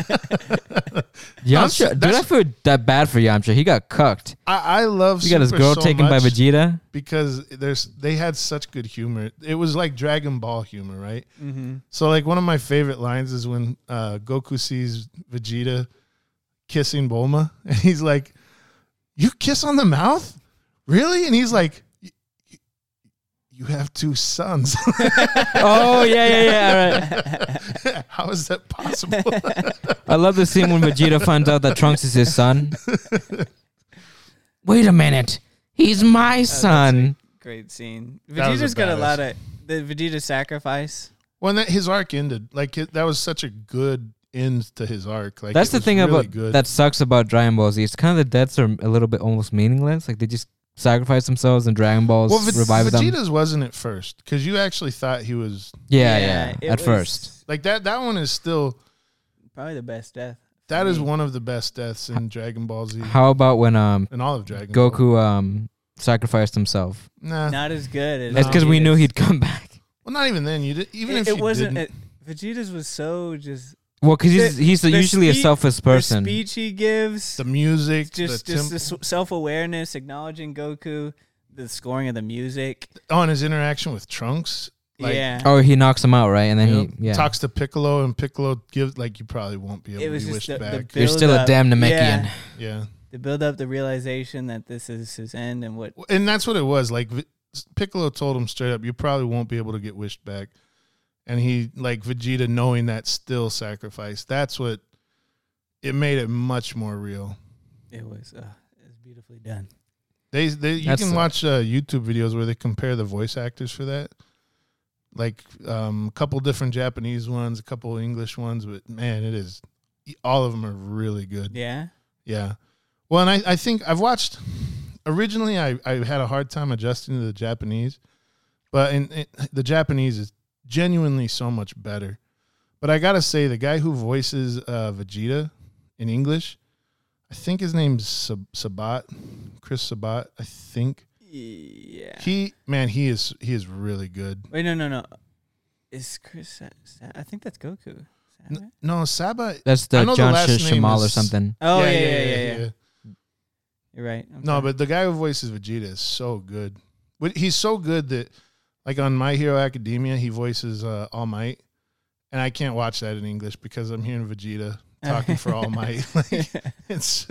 That's-
Yamcha. Dude,
that's-
I feel that bad for Yamcha. He got cucked.
I, I love.
He got his
Super
girl
so
taken by
much.
Vegeta.
because there's they had such good humor. It was like Dragon Ball humor, right?
Mm-hmm.
So like one of my favorite lines is when uh, Goku sees Vegeta kissing Bulma, and he's like, "You kiss on the mouth, really?" And he's like, "Y- y- "You have two sons.
Oh yeah, yeah, yeah. All right.
How is that possible?"
I love the scene when Vegeta finds out that Trunks is his son. Wait a minute. He's
Uh,
my son.
Great scene.
That was a
Vegeta's got a
badass-
lot of the Vegeta sacrifice.
when that his arc ended, like it, that was such a good end to his arc. Like
That's
it
the
was
thing
really
about
good.
that sucks about Dragon Ball Z. It's kind of the deaths are a little bit almost meaningless. Like they just sacrifice themselves and Dragon Balls
Well, Ve-
revive them.
Vegeta's wasn't at first because you actually thought he was
Yeah, yeah.
it
at
was
first,
Like that that one is still
probably the best death.
that is one of the best deaths in Dragon Ball Z
Mm. how about when um
in all of Dragon Ball.
Goku um sacrificed himself?
Nah.
Not as good. As
That's because we knew he'd come back.
Well not even then. You did even
It,
if
it
you
wasn't.
didn't,
it- Vegeta's was so just.
Well, because he's
The-
he's
the
usually a
spe-
selfless person.
The speech he gives.
the music,
just
the
just
temp-
the s self awareness, acknowledging Goku, the scoring of the music.
oh, and his interaction with Trunks. Like
yeah,
Oh, he knocks him out, right? And then
you know,
he yeah.
talks to Piccolo and Piccolo gives like you probably won't be able
it was
to
just
wish
the, the
back.
build
You're still a
up-
damn Namekian.
Yeah,
yeah.
the build up, the realization that this is his end, and what.
And that's what it was. Like Vi- Piccolo told him straight up, you probably won't be able to get wished back. And he like Vegeta knowing that still sacrificed. That's what it made it much more real.
It was. Uh, it was beautifully done.
They, they you
That's
can
the-
watch uh, YouTube videos where they compare the voice actors for that. Like um, a couple different Japanese ones, a couple English ones, but man, it is all of them are really good.
Yeah.
Yeah. Well, and I, I think I've watched originally I, I had a hard time adjusting to the Japanese, but in, in- the Japanese is genuinely so much better. But I gotta say, the guy who voices uh, Vegeta in English, I think his name's Sab- Sabat, Chris Sabat. I think
Yeah.
he, man, he is he is really good.
Wait, no, no, no. Is Chris? Sa- Sa- I think that's Goku. Sabat?
N- no, Sabat.
That's
I
the
know the
John
last
Sh-
name
Shamal or
is-
something.
oh yeah, yeah, yeah, yeah. You're right. I'm
No,
sorry.
but the guy who voices Vegeta is so good. But he's so good that Like on My Hero Academia, he voices uh, All Might, and I can't watch that in English because I'm hearing Vegeta talking for All Might. Like, it's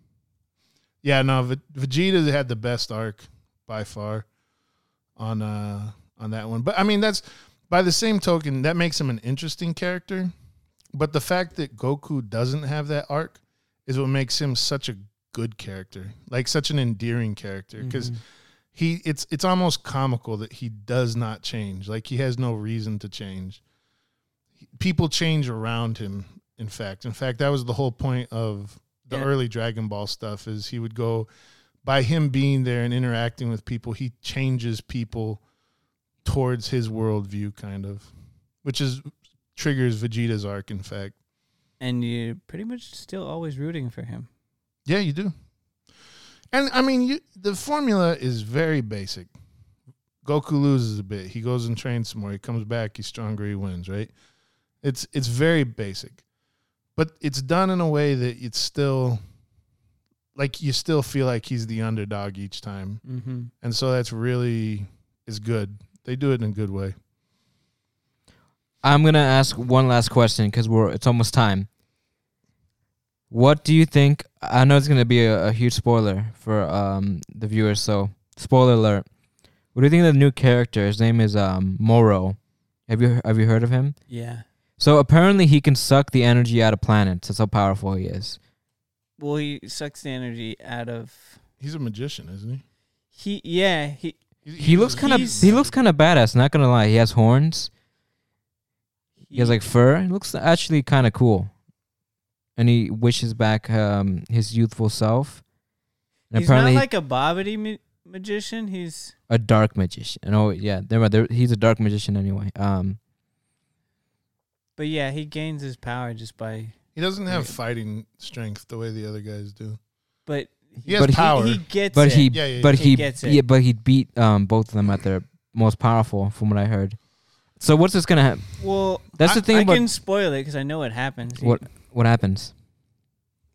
yeah, no, Ve- Vegeta had the best arc by far on uh on that one. But I mean, that's by the same token that makes him an interesting character. But the fact that Goku doesn't have that arc is what makes him such a good character, like such an endearing character, because he it's it's almost comical that he does not change. Like he has no reason to change. He- People change around him. In fact, in fact, that was the whole point of the
Yeah.
early Dragon Ball stuff. Is he would go by him being there and interacting with people, he changes people towards his worldview, kind of, which is triggers Vegeta's arc. In fact.
and you're pretty much still always rooting for him.
Yeah, you do. And I mean, you, the formula is very basic. Goku loses a bit. He goes and trains some more. He comes back. He's stronger. He wins. Right? It's it's very basic, but it's done in a way that it's still like you still feel like he's the underdog each time,
Mm-hmm.
and so that's really is good. They do it in a good way.
I'm gonna ask one last question because we're it's almost time. What do you think? I know it's gonna be a, a huge spoiler for um the viewers, so spoiler alert. What do you think of the new character? His name is um Moro. Have you have you heard of him?
Yeah.
So apparently he can suck the energy out of planets. That's how powerful he is.
Well, he sucks the energy out of
He's a magician, isn't he?
he. Yeah, he.
He's-
He looks kind of
He's-
he looks kind of badass. Not gonna lie, he has horns. He has like fur. It looks actually kind of cool. And he wishes back um, his youthful self. And
he's not
apparently,
like a bobbity ma- magician. He's
a dark magician. Oh yeah, never mind. There, he's a dark magician anyway. Um,
but yeah, he gains his power just by.
He doesn't have fighting strength the way the other guys do.
But
He has
But he-
power.
He, he gets
but
it.
he,
Yeah, yeah,
but
yeah.
he,
He gets it.
yeah, but he beat um, both of them at their most powerful, from what I heard. So what's this gonna happen?
Well,
That's the
I-
thing
I
about-
can spoil it because I know what happens. He-
What what happens?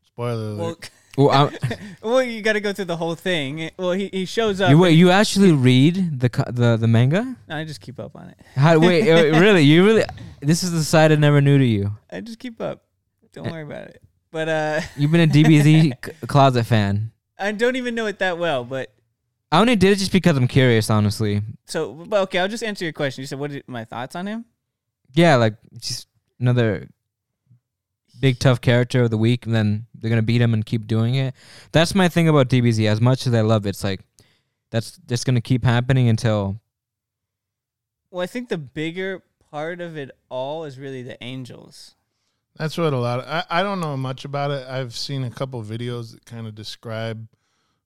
Spoiler alert.
Well,
Well, uh, I,
well, you got to go through the whole thing. Well, he, he shows up.
you wait, you actually read the co- the the manga?
and I just keep up on it.
How, wait, wait, really? You really? This is the side I never knew to you.
I just keep up. Don't
Eh.
worry about it. But uh,
You've been a DBZ c- closet fan.
I don't even know it that well. But
I only did it just because I'm curious, honestly.
so, but okay, I'll just answer your question. You said, "What are my thoughts on him?"
Yeah, like just another big tough character of the week, and then they're gonna beat him and keep doing it. That's my thing about DBZ. As much as I love it, it's like that's just gonna keep happening until
Well, I think the bigger part of it all is really the angels.
That's what a lot of I, I don't know much about it. I've seen a couple videos that kind of describe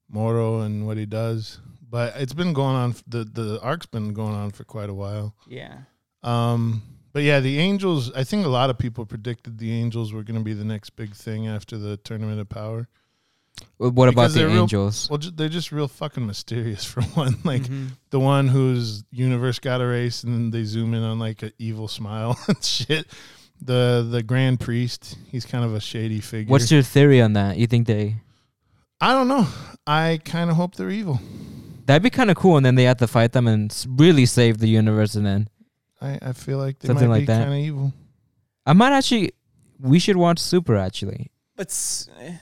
Moro and what he does, but it's been going on f- the the arc's been going on for quite a while.
Yeah.
Um but yeah, the Angels, I think a lot of people predicted the Angels were going to be the next big thing after the Tournament of Power.
Wh- what
Because
about the
they're real-
Angels?
Well, ju- they're just real fucking mysterious for one. Like
Mm-hmm.
Mm-hmm.
the one whose universe got erased, and then they zoom in on like an evil smile and shit. The the Grand Priest, he's kind of a shady figure.
What's your theory on that? You think they
I don't know. I kind of hope they're evil.
that'd be kind of cool, and then they have to fight them and s- really save the universe, and then
I, I feel like they
Something
might
like
be
that.
kind of evil.
I might actually. We should watch Super actually.
But s- eh,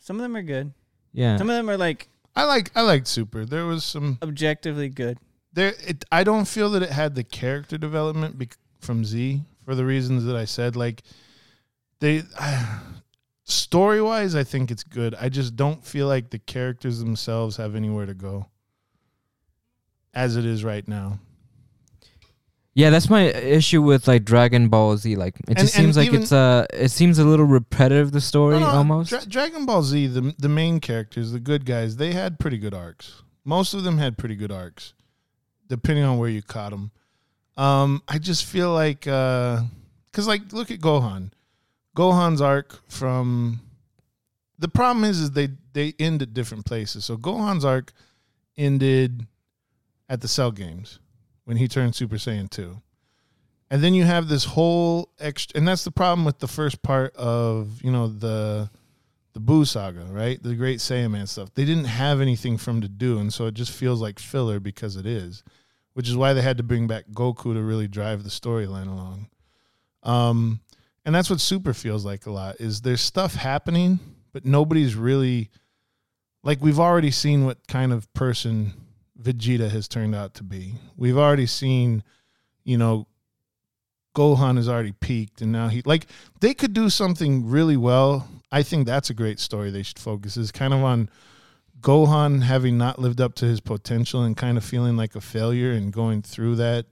some of them are good.
Yeah.
Some of them are like
I like I liked Super. There was some
objectively good.
there. It, I don't feel that it had the character development bec- from Z for the reasons that I said. Like they story wise, I think it's good. I just don't feel like the characters themselves have anywhere to go. As it is right now,
Yeah, that's my issue with like Dragon Ball Z. Like it
And-
just
and
seems like
even-
it's uh it seems a little repetitive the story
No, no,
almost.
Dra- Dragon Ball Z, the the main characters, the good guys, they had pretty good arcs. Most of them had pretty good arcs, depending on where you caught them. Um, I just feel like, because like, look at Gohan. Gohan's arc from the problem is, is they they end at different places. So Gohan's arc ended at the Cell Games when he turned Super Saiyan two. And then you have this whole extra, and that's the problem with the first part of you know the the Boo Saga, right? The Great Saiyaman stuff. They didn't have anything for him to do, and so it just feels like filler because it is, which is why they had to bring back Goku to really drive the storyline along. Um, and that's what Super feels like a lot. Is there's stuff happening, but nobody's really like we've already seen what kind of person Vegeta has turned out to be. We've already seen, you know, Gohan has already peaked and now he like they could do something really well. I think that's a great story they should focus is kind of on Gohan having not lived up to his potential and kind of feeling like a failure and going through that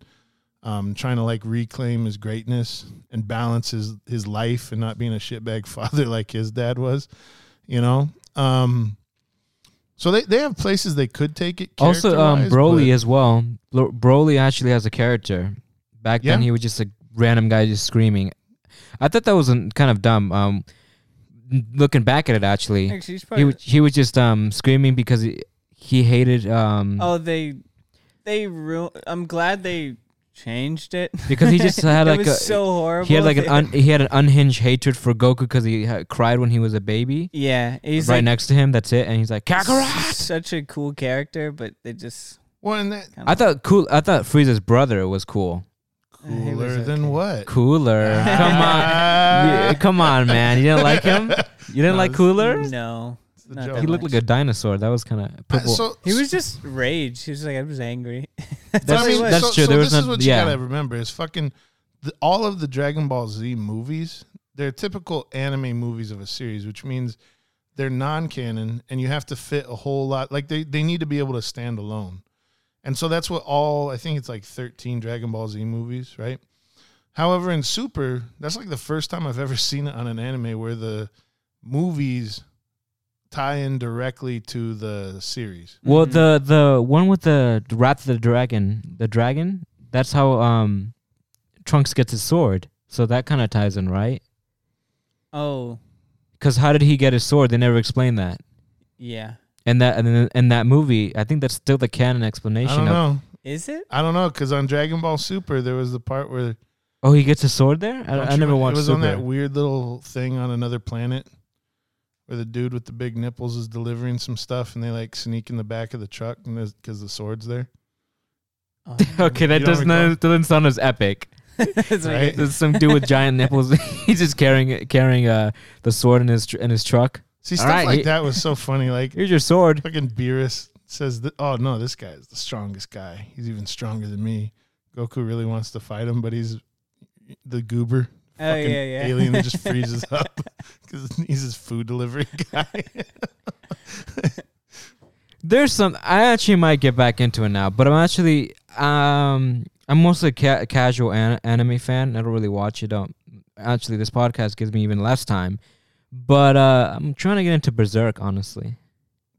um, trying to like reclaim his greatness and balance his, his life and not being a shitbag father like his dad was, you know? Um, so they, they have places they could take it.
Also, um,
character-wise,
Broly
but-
as well. Bro- Broly actually has a character. Back then,
Yeah.
he was just a random guy just screaming. I thought that was um, kind of dumb. Um, n- looking back at it, actually,
Actually, he's
he
probably.
was he was just um screaming because he, he hated um
oh, they, they ru- I'm glad they changed it
Because he just had
It
like
was
a-
so horrible.
he had like an
They-
un, he had an unhinged hatred for Goku because he ha- cried when he was a baby.
yeah, he's
right
like
next to him, that's it, and he's like Kakarot.
s- such a cool character, but they just
well, and that
I thought cool. I thought Frieza's brother was cool.
he was
cooler than
okay.
what?
Cooler, come on, Yeah,
Ah.
come on, man. You didn't like him. You didn't
No,
like
it's-
Cooler.
no.
It's the
Not
joke.
that
He looked like a dinosaur. That was kind of
Uh,
purple.
so-
He was just rage. He was like, I was angry.
So,
That's-
I mean,
that's
so,
true.
So
There was
this is
no-
what
yeah.
you gotta remember is fucking the, all of the Dragon Ball Z movies. They're typical anime movies of a series, which means they're non-canon, and you have to fit a whole lot. Like they they need to be able to stand alone, and so that's what all I think it's like thirteen Dragon Ball Z movies, right? However, in Super, that's like the first time I've ever seen it on an anime where the movies tie in directly to the series.
well, the
Mm-hmm.
the one with the Wrath of the Dragon, the dragon. That's how um, Trunks gets his sword. So that kind of ties in, right?
Oh,
Because how did he get his sword? They never explained that.
yeah.
And that and then in that movie, I think that's still the canon
I
explanation
don't
of
know.
Is it?
I don't know because on Dragon Ball Super there was the part where
oh he gets a sword there. I,
Don't
I
you
never
remember-
watched
It was
Super.
on that weird little thing on another planet where the dude with the big nipples is delivering some stuff, and they like sneak in the back of the truck, and because the sword's there.
Oh,
okay, that
You don't
does not, doesn't sound as epic.
It's like-
Right?
There's some dude with giant nipples. He's just carrying carrying uh the sword in his tr- in his truck.
See
All
stuff
right,
like
he-
that was so funny. Like
Here's your sword.
fucking Beerus says, th- "Oh no, this guy is the strongest guy. He's even stronger than me." Goku really wants to fight him, but he's the goober.
Oh,
fucking
yeah, yeah.
Alien that just freezes up because he's his food delivery guy.
There's some. I actually might get back into it now, but I'm actually um I'm mostly a ca- casual an- anime fan. I don't really watch it. Um, actually, this podcast gives me even less time. But uh, I'm trying to get into Berserk, honestly.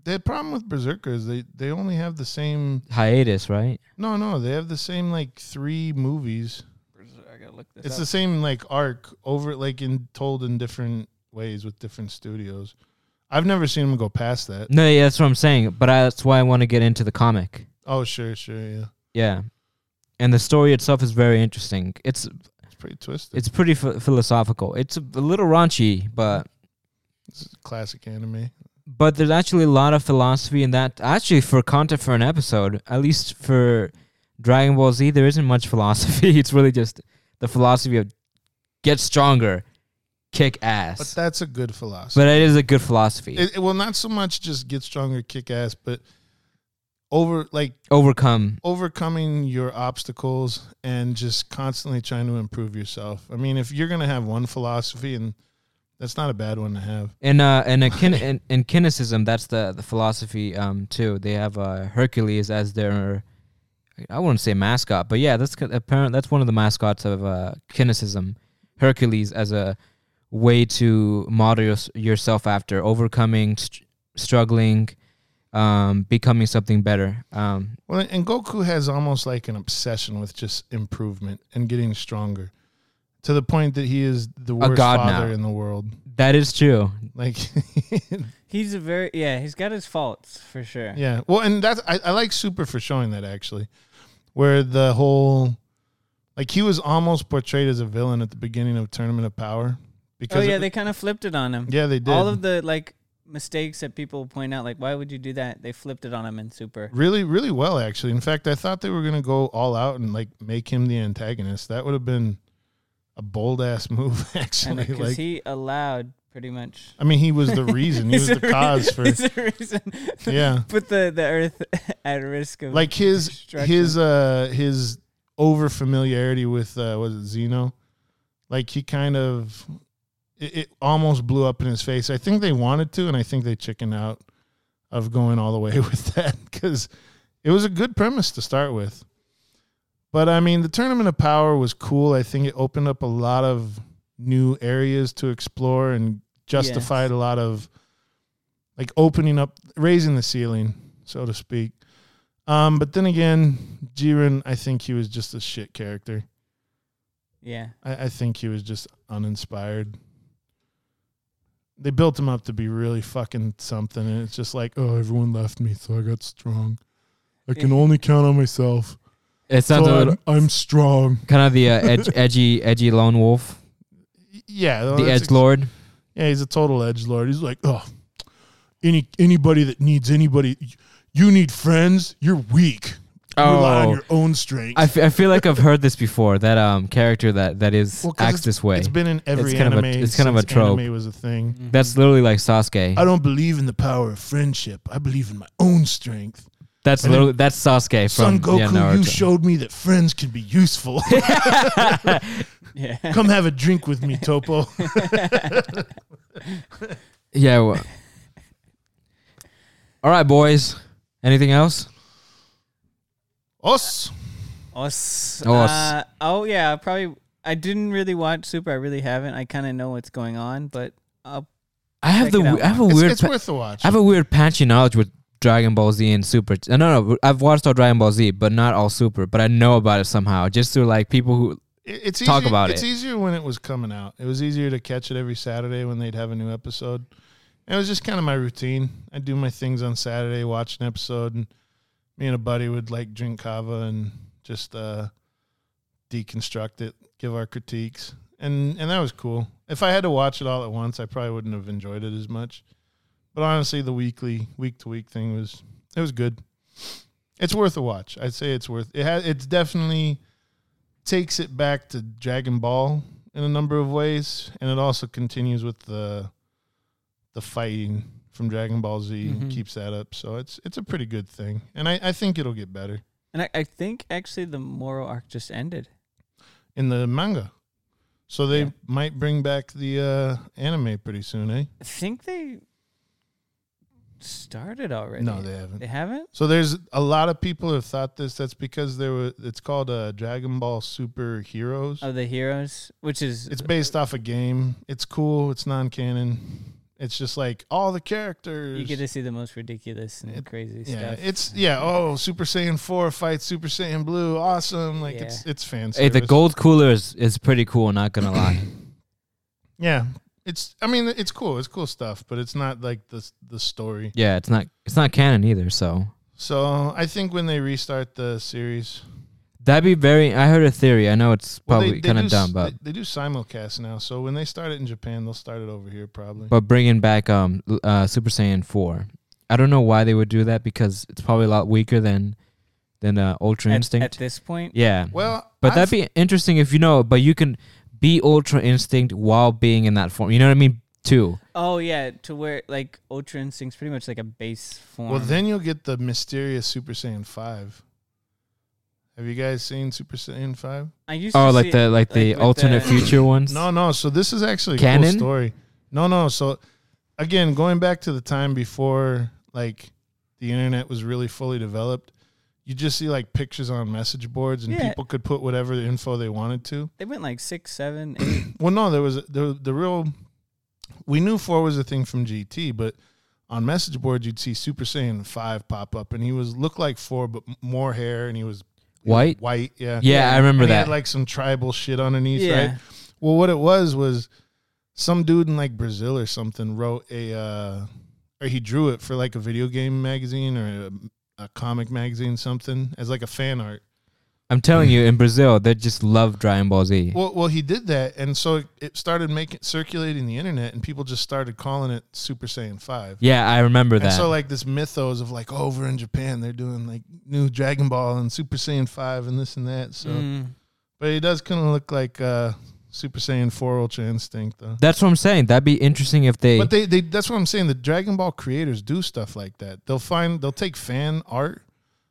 the problem with Berserker is they they only have the same
Hiatus, right?
No, no, they have the same like three movies.
I gotta look this
It's
up.
the same like arc over like in told in different ways with different studios. I've never seen them go past that.
No, yeah, that's what I'm saying. But I, that's why I want to get into the comic.
Oh, sure, sure, yeah.
Yeah, and the story itself is very interesting. It's
It's pretty twisted.
it's pretty ph philosophical. It's a, a little raunchy, but
It's classic anime.
but there's actually a lot of philosophy in that. Actually, for content for an episode, at least for Dragon Ball Z, there isn't much philosophy. It's really just the philosophy of get stronger, kick
But
ass. But,
that's a good philosophy.
it is a good philosophy.
it, it will not so much just get stronger, kick ass, but over like
Overcome.
overcoming your obstacles and just constantly trying to improve yourself. I mean, if you're gonna have one philosophy, and that's not a bad one to have.
In uh, in a kin- in, in kinesicism, that's the the philosophy um too. They have uh, Hercules as their, I wouldn't say mascot, but yeah, that's apparent. That's one of the mascots of uh kinesicism, Hercules as a way to model yours yourself after overcoming, str- struggling, um, becoming something better. Um,
Well, and Goku has almost like an obsession with just improvement and getting stronger, to the point that he is the worst
god
father
now.
in the world.
that is true.
Like,
He's a very yeah. He's got his faults for sure.
yeah. Well, and that's I, I like Super for showing that actually, where the whole, like he was almost portrayed as a villain at the beginning of Tournament of Power
Oh
because
yeah,
it-
they kind of flipped it on him.
yeah they did
All of the like mistakes that people point out, like why would you do that? They flipped it on him in Super.
really really well actually. In fact, I thought they were gonna go all out and like make him the antagonist. That would have been a bold ass move
And
actually.
because
Like
he allowed pretty much.
I mean, he was the reason. He was
He's
the cause for
he's the reason.
yeah.
Put the the Earth at risk of
Like his
Destruction.
his uh his over familiarity with uh was it Zeno? Like he kind of it, it almost blew up in his face. I think they wanted to, and I think they chickened out of going all the way with that because it was a good premise to start with. But I mean, the tournament of power was cool. I think it opened up a lot of new areas to explore and justified a lot of like opening up, raising the ceiling, so to speak. Um, but then again, Jiren, I think he was just a shit character.
yeah.
I, I think he was just uninspired. They built him up to be really fucking something, and it's just like, oh, everyone left me, so I got strong. I can only count on myself.
It
So
sounds a
I'm,
little-
I'm strong.
kind of the uh, edge, edgy, edgy lone wolf,
Y- Yeah,
the edge lord.
Yeah, he's a total edge lord. He's like, oh, any anybody that needs anybody, you need friends. You're weak. Rely on
Oh,
your own strength.
I, f- I feel like I've heard this before. That um character that that is
'cause
acts
it's-
this way.
It's been in every
kind of a-
anime.
it's kind of a
since
trope.
Anime was a thing.
That's literally like Sasuke.
I don't believe in the power of friendship. I believe in my own strength.
That's
and then
literally that's Sasuke
Son
from yeah,
Goku, you
Naruto.
showed me that friends can be useful.
Yeah.
Come have a drink with me, Topo.
yeah. Well. All right, boys. Anything else?
Us.
Us.
Us.
Uh, oh yeah, probably. I didn't really watch Super. I really haven't. I kind of know what's going on, but uh, I'll,
I have
Check
the
it out.
w- I have a
It's,
weird
it's
pa-
worth a watch.
I have a weird patchy knowledge with Dragon Ball Z and Super. No, no, no. I've watched all Dragon Ball Z, but not all Super. But I know about it somehow, just through like people who.
It- it's
Talk
easier,
about
it's
it.
easier when it was coming out. It was easier to catch it every Saturday when they'd have a new episode. And it was just kind of my routine. I'd do my things on Saturday, watch an episode, and me and a buddy would like drink kava and just uh, deconstruct it, give our critiques, and and that was cool. If I had to watch it all at once, I probably wouldn't have enjoyed it as much. But honestly, the weekly, week to week thing was it was good. It's worth a watch. I'd say it's worth it. Has it's definitely takes it back to Dragon Ball in a number of ways, and it also continues with the the fighting from Dragon Ball Z and
Mhm.
keeps that up. So it's it's a pretty good thing, and I, I think it'll get better
and I, I think actually the moral arc just ended.
in the manga. So they
Yeah.
might bring back the uh, anime pretty soon, eh?
I think they started already.
No, they haven't.
They haven't.
So there's a lot of people have thought this. That's because there were. It's called uh, Dragon Ball Super Heroes.
Oh, the heroes, which is
It's based off a game. It's cool. It's non-canon. It's just like all the characters.
you get to see the most ridiculous and
It-
crazy
yeah,
stuff.
it's yeah. Oh, Super Saiyan Four fights Super Saiyan Blue. Awesome. Like
Yeah.
it's it's fan
Hey, eh, the
service.
gold cooler is, is pretty cool. Not gonna lie.
Yeah, it's. I mean, it's cool. It's cool stuff, but it's not like the the story.
Yeah, it's not it's not canon either. So
So I think when they restart the series,
that'd be very. I heard a theory. I know it's
well, they-
probably
they
kind of
do s-
dumb, but
they, they do simulcast now. So when they start it in Japan, they'll start it over here probably.
but bringing back um l- uh Super Saiyan four. I don't know why they would do that because it's probably a lot weaker than than uh, Ultra
At-
Instinct.
At, this point,
yeah,
well,
but
I've-
that'd be interesting if you know. But you can be Ultra Instinct while being in that form. You know what I mean? Too.
oh yeah, to where like Ultra Instinct's pretty much like a base form.
well. Then you'll get the mysterious Super Saiyan Five. Have you guys seen Super Saiyan Five?
I used
Oh,
to
like
see
the like the
with
alternate
the-
future ones.
No, no. So this is actually a
Canon?
cool story. No, no. So again, going back to the time before like the internet was really fully developed, you just see like pictures on message boards, and
Yeah.
people could put whatever info they wanted to.
They went like six, seven, eight.
Well, no, there was the the real. We knew four was a thing from GT, but on message boards you'd see Super Saiyan five pop up, and he was looked like four, but m- more hair, and he was he was
White?
white, yeah,
Yeah, I remember
And He had
that.
like some tribal shit underneath,
Yeah.
right? Well, what it was was some dude in like Brazil or something wrote a, uh, or he drew it for like a video game magazine or a, a comic magazine, something as like a fan art.
I'm telling you, in Brazil, they just love Dragon Ball Z.
Well, well, he did that, and so it, it started making circulating the internet, and people just started calling it Super Saiyan Five.
Yeah, I remember
And
that.
so like this mythos of like oh, over in Japan they're doing like new Dragon Ball and Super Saiyan Five and this and that. So,
Mm.
but he does kind of look like uh, Super Saiyan Four Ultra Instinct though.
That's what I'm saying. That'd be interesting if they.
But they, they that's what I'm saying. The Dragon Ball creators do stuff like that. They'll find they'll take fan art,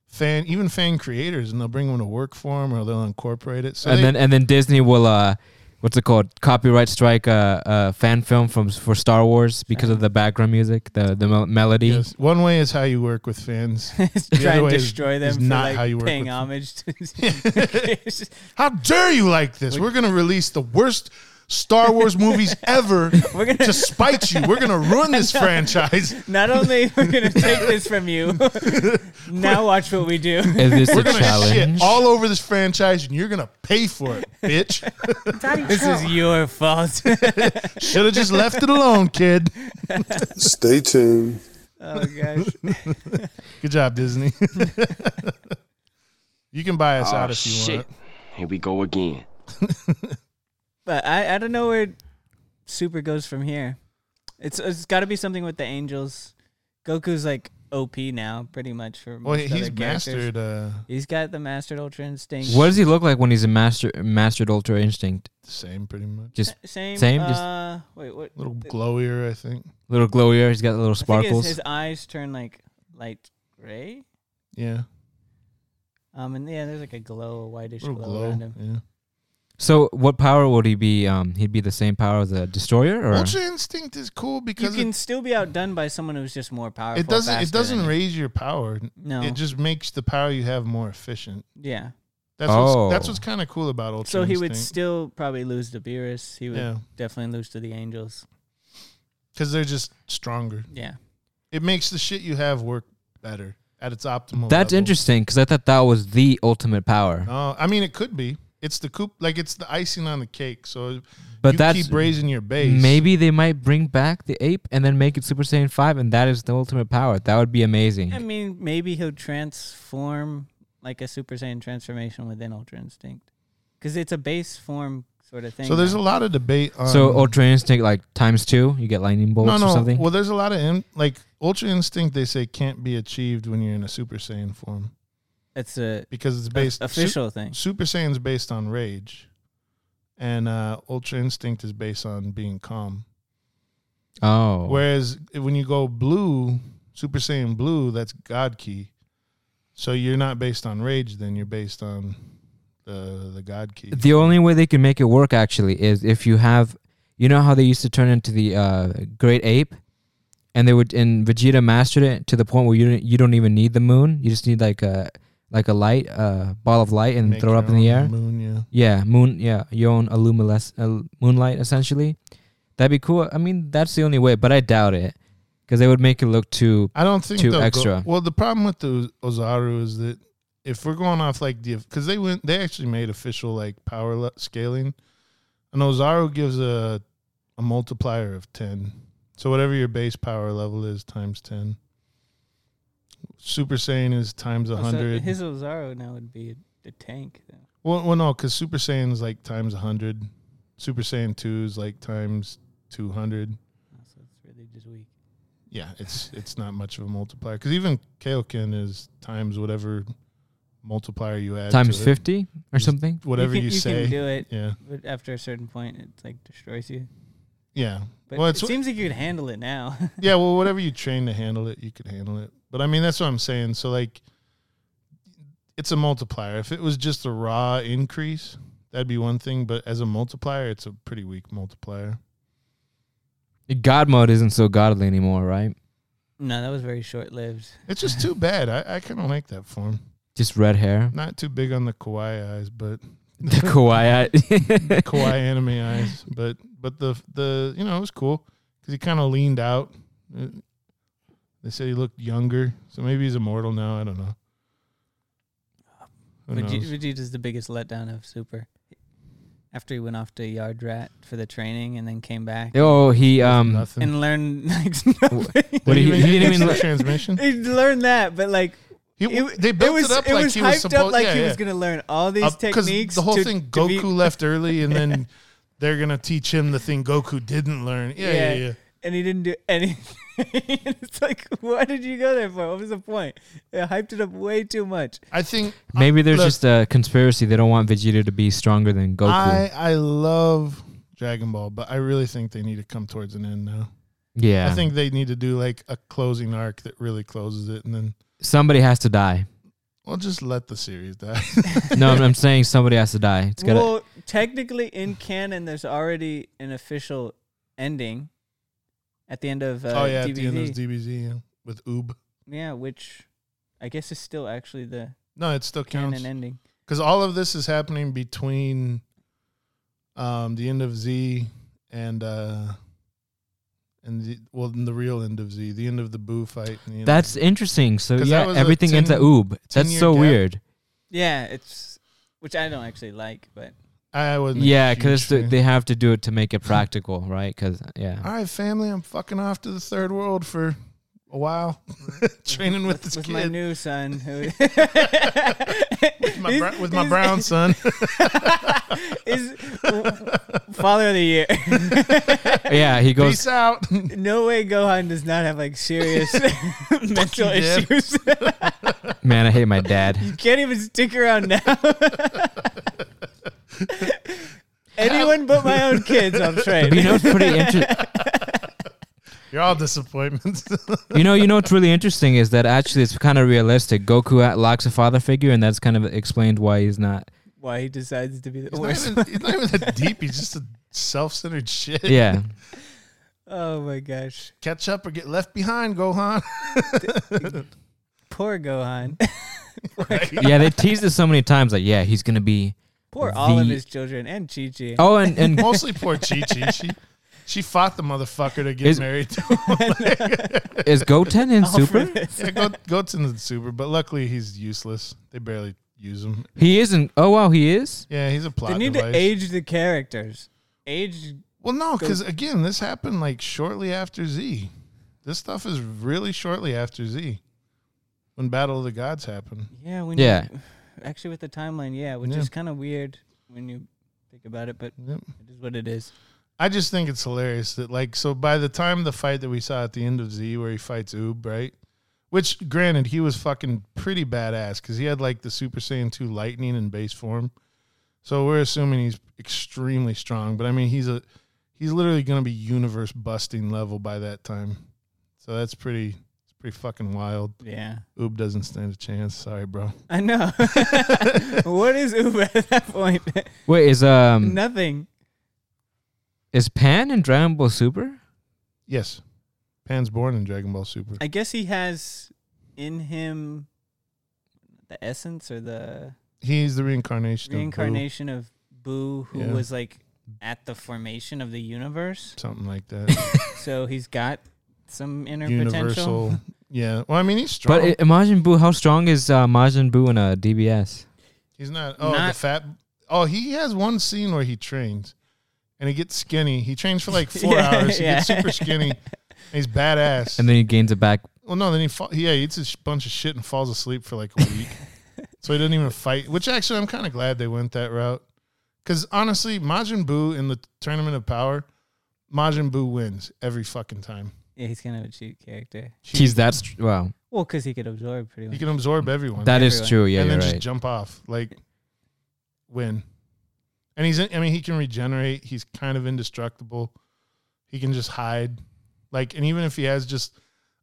fan even fan creators, and they'll bring them to work for them, or they'll incorporate it. So
and
they-
then and then Disney will uh, what's it called? Copyright strike a, a fan film from for Star Wars because of the background music, the the mel- melody.
yes, one way is how you work with fans.
try
other
and
way is-
destroy
is
them for
not
like
how you work
paying
with-
homage to.
how dare you like this? We're gonna release the worst. Star Wars movies ever
We're gonna-
to spite you. We're gonna ruin this franchise.
Not only we're gonna take this from you, now watch what we do.
Is this
We're
a
gonna
challenge?
shit all over this franchise, and you're gonna pay for it, bitch.
Daddy
This is your fault.
Should have just left it alone, kid.
Stay tuned.
oh gosh.
Good job, Disney. you can buy
Oh,
us out if you want.
Ah, Here we go again.
But I, I don't know where Super goes from here. It's it's got to be something with the Angels. Goku's like OP now, pretty much for
Well,
most
he-
other
he's
characters.
mastered. Uh,
He's got the mastered Ultra Instinct.
What does he look like when he's a master mastered Ultra Instinct?
the same, pretty much.
Just
Same.
Same, just-
Uh, wait, what?
A little glowier, I think.
little glowier. He's got little
I think his,
sparkles.
his eyes turn like light gray.
Yeah,
Um, and yeah, there's like a glow, a whitish glow,
little glow.
around him.
Yeah.
so what power would he be? Um, he'd be the same power as a destroyer, or
Ultra Instinct is cool
You
because
can
it,
still be outdone by someone who's just more powerful.
it doesn't
faster
it
than
doesn't
you.
raise your power.
No.
It just makes the power you have more efficient.
yeah.
That's
Oh.
what's, that's what's kind of cool about Ultra.
So he would
Instinct.
still probably lose to Beerus. He would
Yeah.
definitely lose to the Angels.
because they're just stronger.
Yeah.
It makes the shit you have work better at its optimal.
That's
level.
interesting because I thought that was the ultimate power.
No, Uh, I mean it could be. It's the coop, like it's the icing on the cake. So,
But
you
that's-
keep raising your base.
Maybe they might bring back the ape and then make it Super Saiyan Five, and that is the ultimate power. That would be amazing.
I mean, maybe he'll transform like a Super Saiyan transformation within Ultra Instinct, because it's a base form sort of thing.
So there's a
now.
lot of debate on
so Ultra Instinct like times two, you get lightning bolts
Um, no,
or
no.
something.
Well, there's a lot of in, like Ultra Instinct. They say can't be achieved when you're in a Super Saiyan form
it's a
because it's based
o- official thing.
Su- Super Saiyan's based on rage, and uh, Ultra Instinct is based on being calm.
oh,
Whereas when you go blue, Super Saiyan blue, that's God key. So you're not based on rage. Then you're based on the the God key.
the only way they can make it work actually is if you have, you know how they used to turn into the uh, Great Ape, and they would and Vegeta mastered it to the point where you don't, you don't even need the moon. You just need like a like a light, a ball of light, and
Make
throw it
your
up in the
own
air.
Moon, yeah.
Yeah, moon. Yeah, your own illuminescent uh, moonlight essentially. That'd be cool. I mean, that's the only way, but I doubt it because they would make it look too.
I don't think
to
they'll go-
extra.
well, the problem with the Ozaru is that if we're going off like the because they went they actually made official like power le- scaling, and Ozaru gives a a multiplier of ten. So whatever your base power level is times ten. Super Saiyan is times a
Oh, so
hundred.
his Ozaru now would be a, a tank. Then.
well, well, no, because Super Saiyan is like times a hundred. Super Saiyan two is like times two hundred.
Oh, So it's really just weak.
yeah, it's it's not much of a multiplier because even Kaoken is times whatever multiplier you add
Times
to it.
fifty or something.
whatever you,
can,
say.
can do it,
Yeah,
but after a certain point, it like destroys you.
yeah.
But
well,
it
it's
seems like you could handle it now.
yeah. Well, whatever you train to handle it, you could handle it. But I mean, that's what I'm saying. So like, it's a multiplier. If it was just a raw increase, that'd be one thing. But as a multiplier, it's a pretty weak multiplier.
God mode isn't so godly anymore, right?
no, that was very short lived.
It's just too bad. I, I kind of like that form.
Just red hair,
Not too big on the kawaii eyes, but
the kawaii.
kawaii anime eyes, but but the the you know it was cool because he kind of leaned out. Uh, They said he looked younger, so maybe he's immortal now. I don't know. Who
Vege-
knows?
Vegeta's the biggest letdown of Super. After he went off to Yard Rat for the training and then came back
oh, he um.
Nothing.
and learned like nothing.
What
did
he, he didn't even.
transmission.
he learned that, but like
He He,
It,
they built it,
was,
up like
was
he
hyped
was supposed.
up like
yeah,
he
yeah.
was gonna learn all these
Uh,
techniques.
the whole
to-
thing,
to
Goku
beat-
left early, and then they're gonna teach him the thing Goku didn't learn. Yeah, yeah, yeah.
and he didn't do anything. it's like, why did you go there for? What was the point? They hyped it up way too much.
I think uh,
Maybe there's
Look,
just a conspiracy. They don't want Vegeta to be stronger than Goku.
I I love Dragon Ball, but I really think they need to come towards an end now.
yeah,
I think they need to do like a closing arc that really closes it, and then
somebody has to die.
well, just let the series die.
No, I'm I'm saying somebody has to die. It's gotta.
well, technically, in canon, there's already an official ending at the end of uh,
oh yeah, at the
DBZ.
end of DBZ yeah, with Oob.
yeah, which I guess is still actually the
No, it still
canon
counts
ending.
because all of this is happening between um, the end of Z and uh, and the well, the real end of Z, the end of the Boo fight. And the end
That's
of,
interesting. So
'Cause
yeah,
that was a
everything ends
10
at Oob. That's
10-year
so
gap.
weird.
Yeah, it's which I don't actually like, but
I wasn't. a
Yeah,
huge
because
fan.
they have to do it to make it practical, right? Because yeah,
all right, family, I'm fucking off to the third world for a while, training with, this
with
kid,
my new son, who
my
He's-
bro- with
he's-
my brown son.
is father of the year.
yeah, he goes.
Peace out.
No way Gohan does not have like serious mental
you, Dad.
issues.
Man, I hate my dad.
Can't even stick around now. Anyone but my own kids on
But you
train.
know, it's pretty interesting.
You're all disappointments.
You know, you know what's really interesting is that actually it's kind of realistic. Goku at- lacks a father figure, and that's kind of explained why he's not.
Why he decides to be the
He's not,
worst.
even, he's not even that deep. He's just a self-centered shit.
Yeah,
Oh my gosh.
Catch up or get left behind, Gohan.
Poor Gohan.
yeah, they teased it so many times. Like, yeah, he's gonna be.
Poor all of
The-
his children and Chi Chi.
Oh, and and
Mostly poor Chi Chi. She she fought the motherfucker to get
Is-
married. To him.
is Goten in
All for
Super?
this.
yeah, Go, Goat's in the super, but luckily he's useless. They barely use him.
He isn't. Oh wow, he is.
Yeah, he's a plot
They need
device.
to age the characters. Age
Well, no, because again, this happened like shortly after Z. This stuff is really shortly after Z, when Battle of the Gods happened.
yeah, when
Yeah.
you actually with the timeline, yeah, which
Yeah.
is kinda weird when you think about it, but
Yep.
it is what it is.
I just think it's hilarious that like so by the time the fight that we saw at the end of Z where he fights Oob, right? Which granted he was fucking pretty badass because he had like the Super Saiyan 2 lightning in base form. So we're assuming he's extremely strong, but I mean he's a he's literally gonna be universe busting level by that time. So that's pretty it's pretty fucking wild.
Yeah.
Oob doesn't stand a chance. Sorry, bro.
I know. what is Uber at that point?
Wait, is um
Nothing.
is Pan in Dragon Ball Super?
Yes. Pan's born in Dragon Ball Super.
I guess he has in him the essence or the
He's the reincarnation. of Boo,
reincarnation of Boo, who
Yeah.
was like at the formation of the universe.
something like that.
So he's got some inner potential.
universal. Yeah. Well, I mean, he's strong.
But i Majin Buu, how strong is uh, Majin Buu in a DBS?
he's not. Oh, the
Not-
fat. Oh, he has one scene where he trains, and he gets skinny. He trains for like four
Yeah,
hours. He
yeah.
gets super skinny. and he's badass.
And then he gains it back.
well, no, then he fall, yeah he eats a sh- bunch of shit and falls asleep for like a week. so he doesn't even fight. Which actually, I'm kind of glad they went that route. Because honestly, Majin Buu in the Tournament of Power, Majin Buu wins every fucking time.
Yeah, he's kind of a cheap character.
He's that. Str- wow,
Well, because he could absorb pretty
He
much.
can absorb everyone.
that is
Everyone.
true. Yeah,
and
you're
then just
right.
jump off like win and he's in, i mean he can regenerate he's kind of indestructible he can just hide like and even if he has just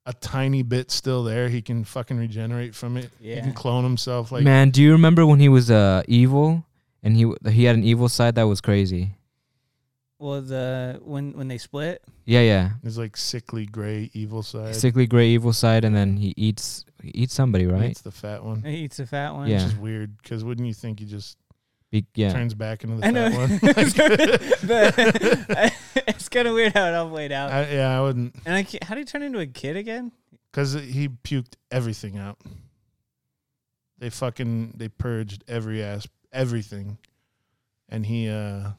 a tiny bit still there he can fucking regenerate from it he
Yeah.
can clone himself like
Man, do you remember when he was uh evil and he w- he had an evil side that was crazy?
Well, the when when they split,
Yeah, yeah.
his like sickly gray evil side
Sickly gray evil side, and then he eats he eats somebody, right?
it's the fat one
he eats a fat one.
Yeah.
which is weird because wouldn't you think he just
Be- yeah.
turns back into the
I know.
fat one
The- it's kind of weird how it all played out.
I, yeah i wouldn't
and I can't, how do you turn into a kid again?
Because he puked everything out. They fucking they purged every ass everything, and he uh.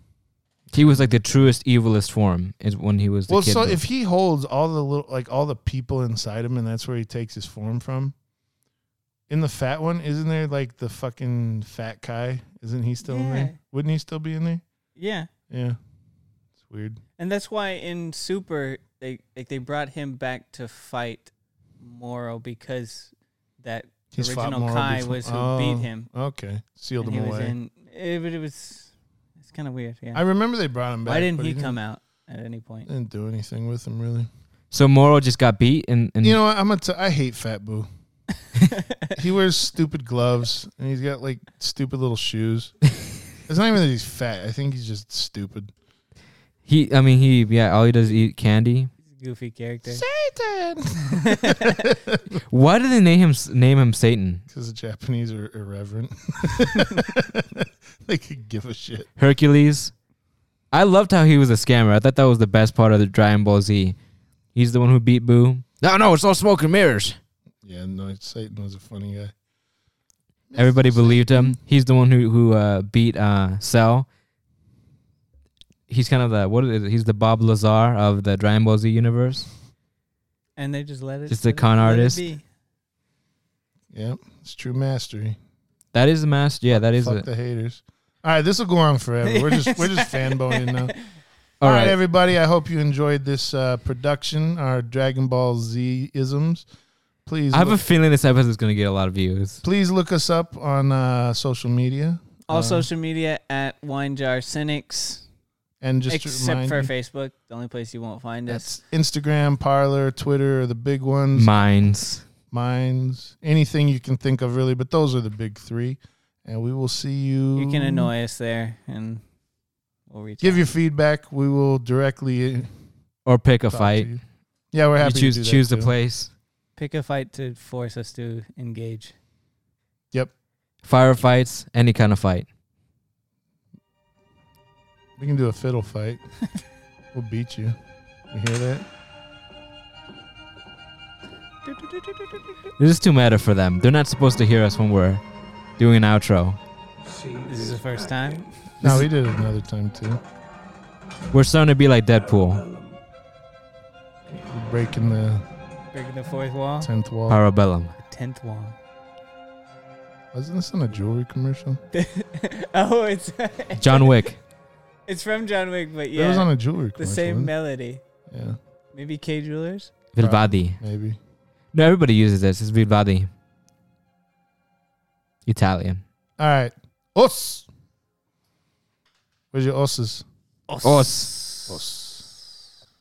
He was like the truest evilest form is when he was. The
Well,
kid
so
though.
if he holds all the little like all the people inside him, and that's where he takes his form from, in the fat one, isn't there like the fucking fat guy? Isn't he still in
Yeah.
there? Wouldn't he still be in there?
Yeah.
Yeah. It's weird.
And that's why in Super they like they brought him back to fight Moro because that
He's fought
original
Moro
Kai
before-
was who beat
Oh,
him.
Okay. Sealed
And
him
he was
away.
in it, but it was it's kind of weird. Yeah.
I remember they brought him back.
Why didn't
but
he come out at any point?
Didn't do anything with him really.
So Moro just got beat, and, and
You know what? I'm a t- I hate Fat Boo. he wears stupid gloves and he's got like stupid little shoes. It's not even that he's fat. I think he's just stupid.
he. I mean, he. Yeah, all he does is eat candy.
Goofy character.
Satan.
Why did they name him s- name him Satan?
Because the Japanese are irreverent. they could give a shit.
Hercules. I loved how he was a scammer. I thought that was the best part of the Dragon Ball Z. He's the one who beat Boo. No, no, it's all smoke and mirrors.
Yeah, no, Satan was a funny guy.
Everybody believed him. He's the one who who uh, beat uh, Cell. He's kind of the what is it? He's the Bob Lazar of the Dragon Ball Z universe.
And they just let it
Just a
let it-
con
let it
artist.
be.
Yep, it's true mastery.
That is the master. Yeah, that is
Fuck
it.
the haters. All right, this will go on forever. We're just we're just fanboying now.
All right.
everybody. I hope you enjoyed this uh, production, our Dragon Ball Z isms. Please,
I have a
look,
feeling this episode is going to get a lot of views.
please look us up on uh, social media
All
Um,
social media at Wine Jar Cynics,
and just to
except
remind
for
you,
Facebook, the only place you won't find us.
that's Instagram, Parlor, Twitter, are the big ones.
Minds.
Mines, anything you can think of, really. But those are the big three, and we will see you.
You can annoy us there, and we'll reach.
Give
out.
your feedback. We will directly. uh,
Or pick a
talk to
fight.
you. Yeah, we're
You
happy.
choose
to do that
choose the
too.
place.
pick a fight to force us to engage.
Firefights, any kind of fight.
We can do a fiddle fight. we'll beat you. You hear that?
This is too meta for them. They're not supposed to hear us when we're doing an outro.
This is the first time.
No, we did it another time too.
We're starting to be like Deadpool,
We're breaking the
Breaking the fourth wall.
tenth wall.
Parabellum.
Tenth wall.
Wasn't this on a jewelry commercial?
oh, it's
John Wick.
it's from John Wick, but
It
yeah,
was on a jewelry commercial.
the same
wasn't
melody.
it? yeah,
Maybe K Jewelers.
Vilvadi.
maybe.
No, everybody uses this. It's Vilvadi. Italian.
All right. Us. Where's your osses?
Os.
Us.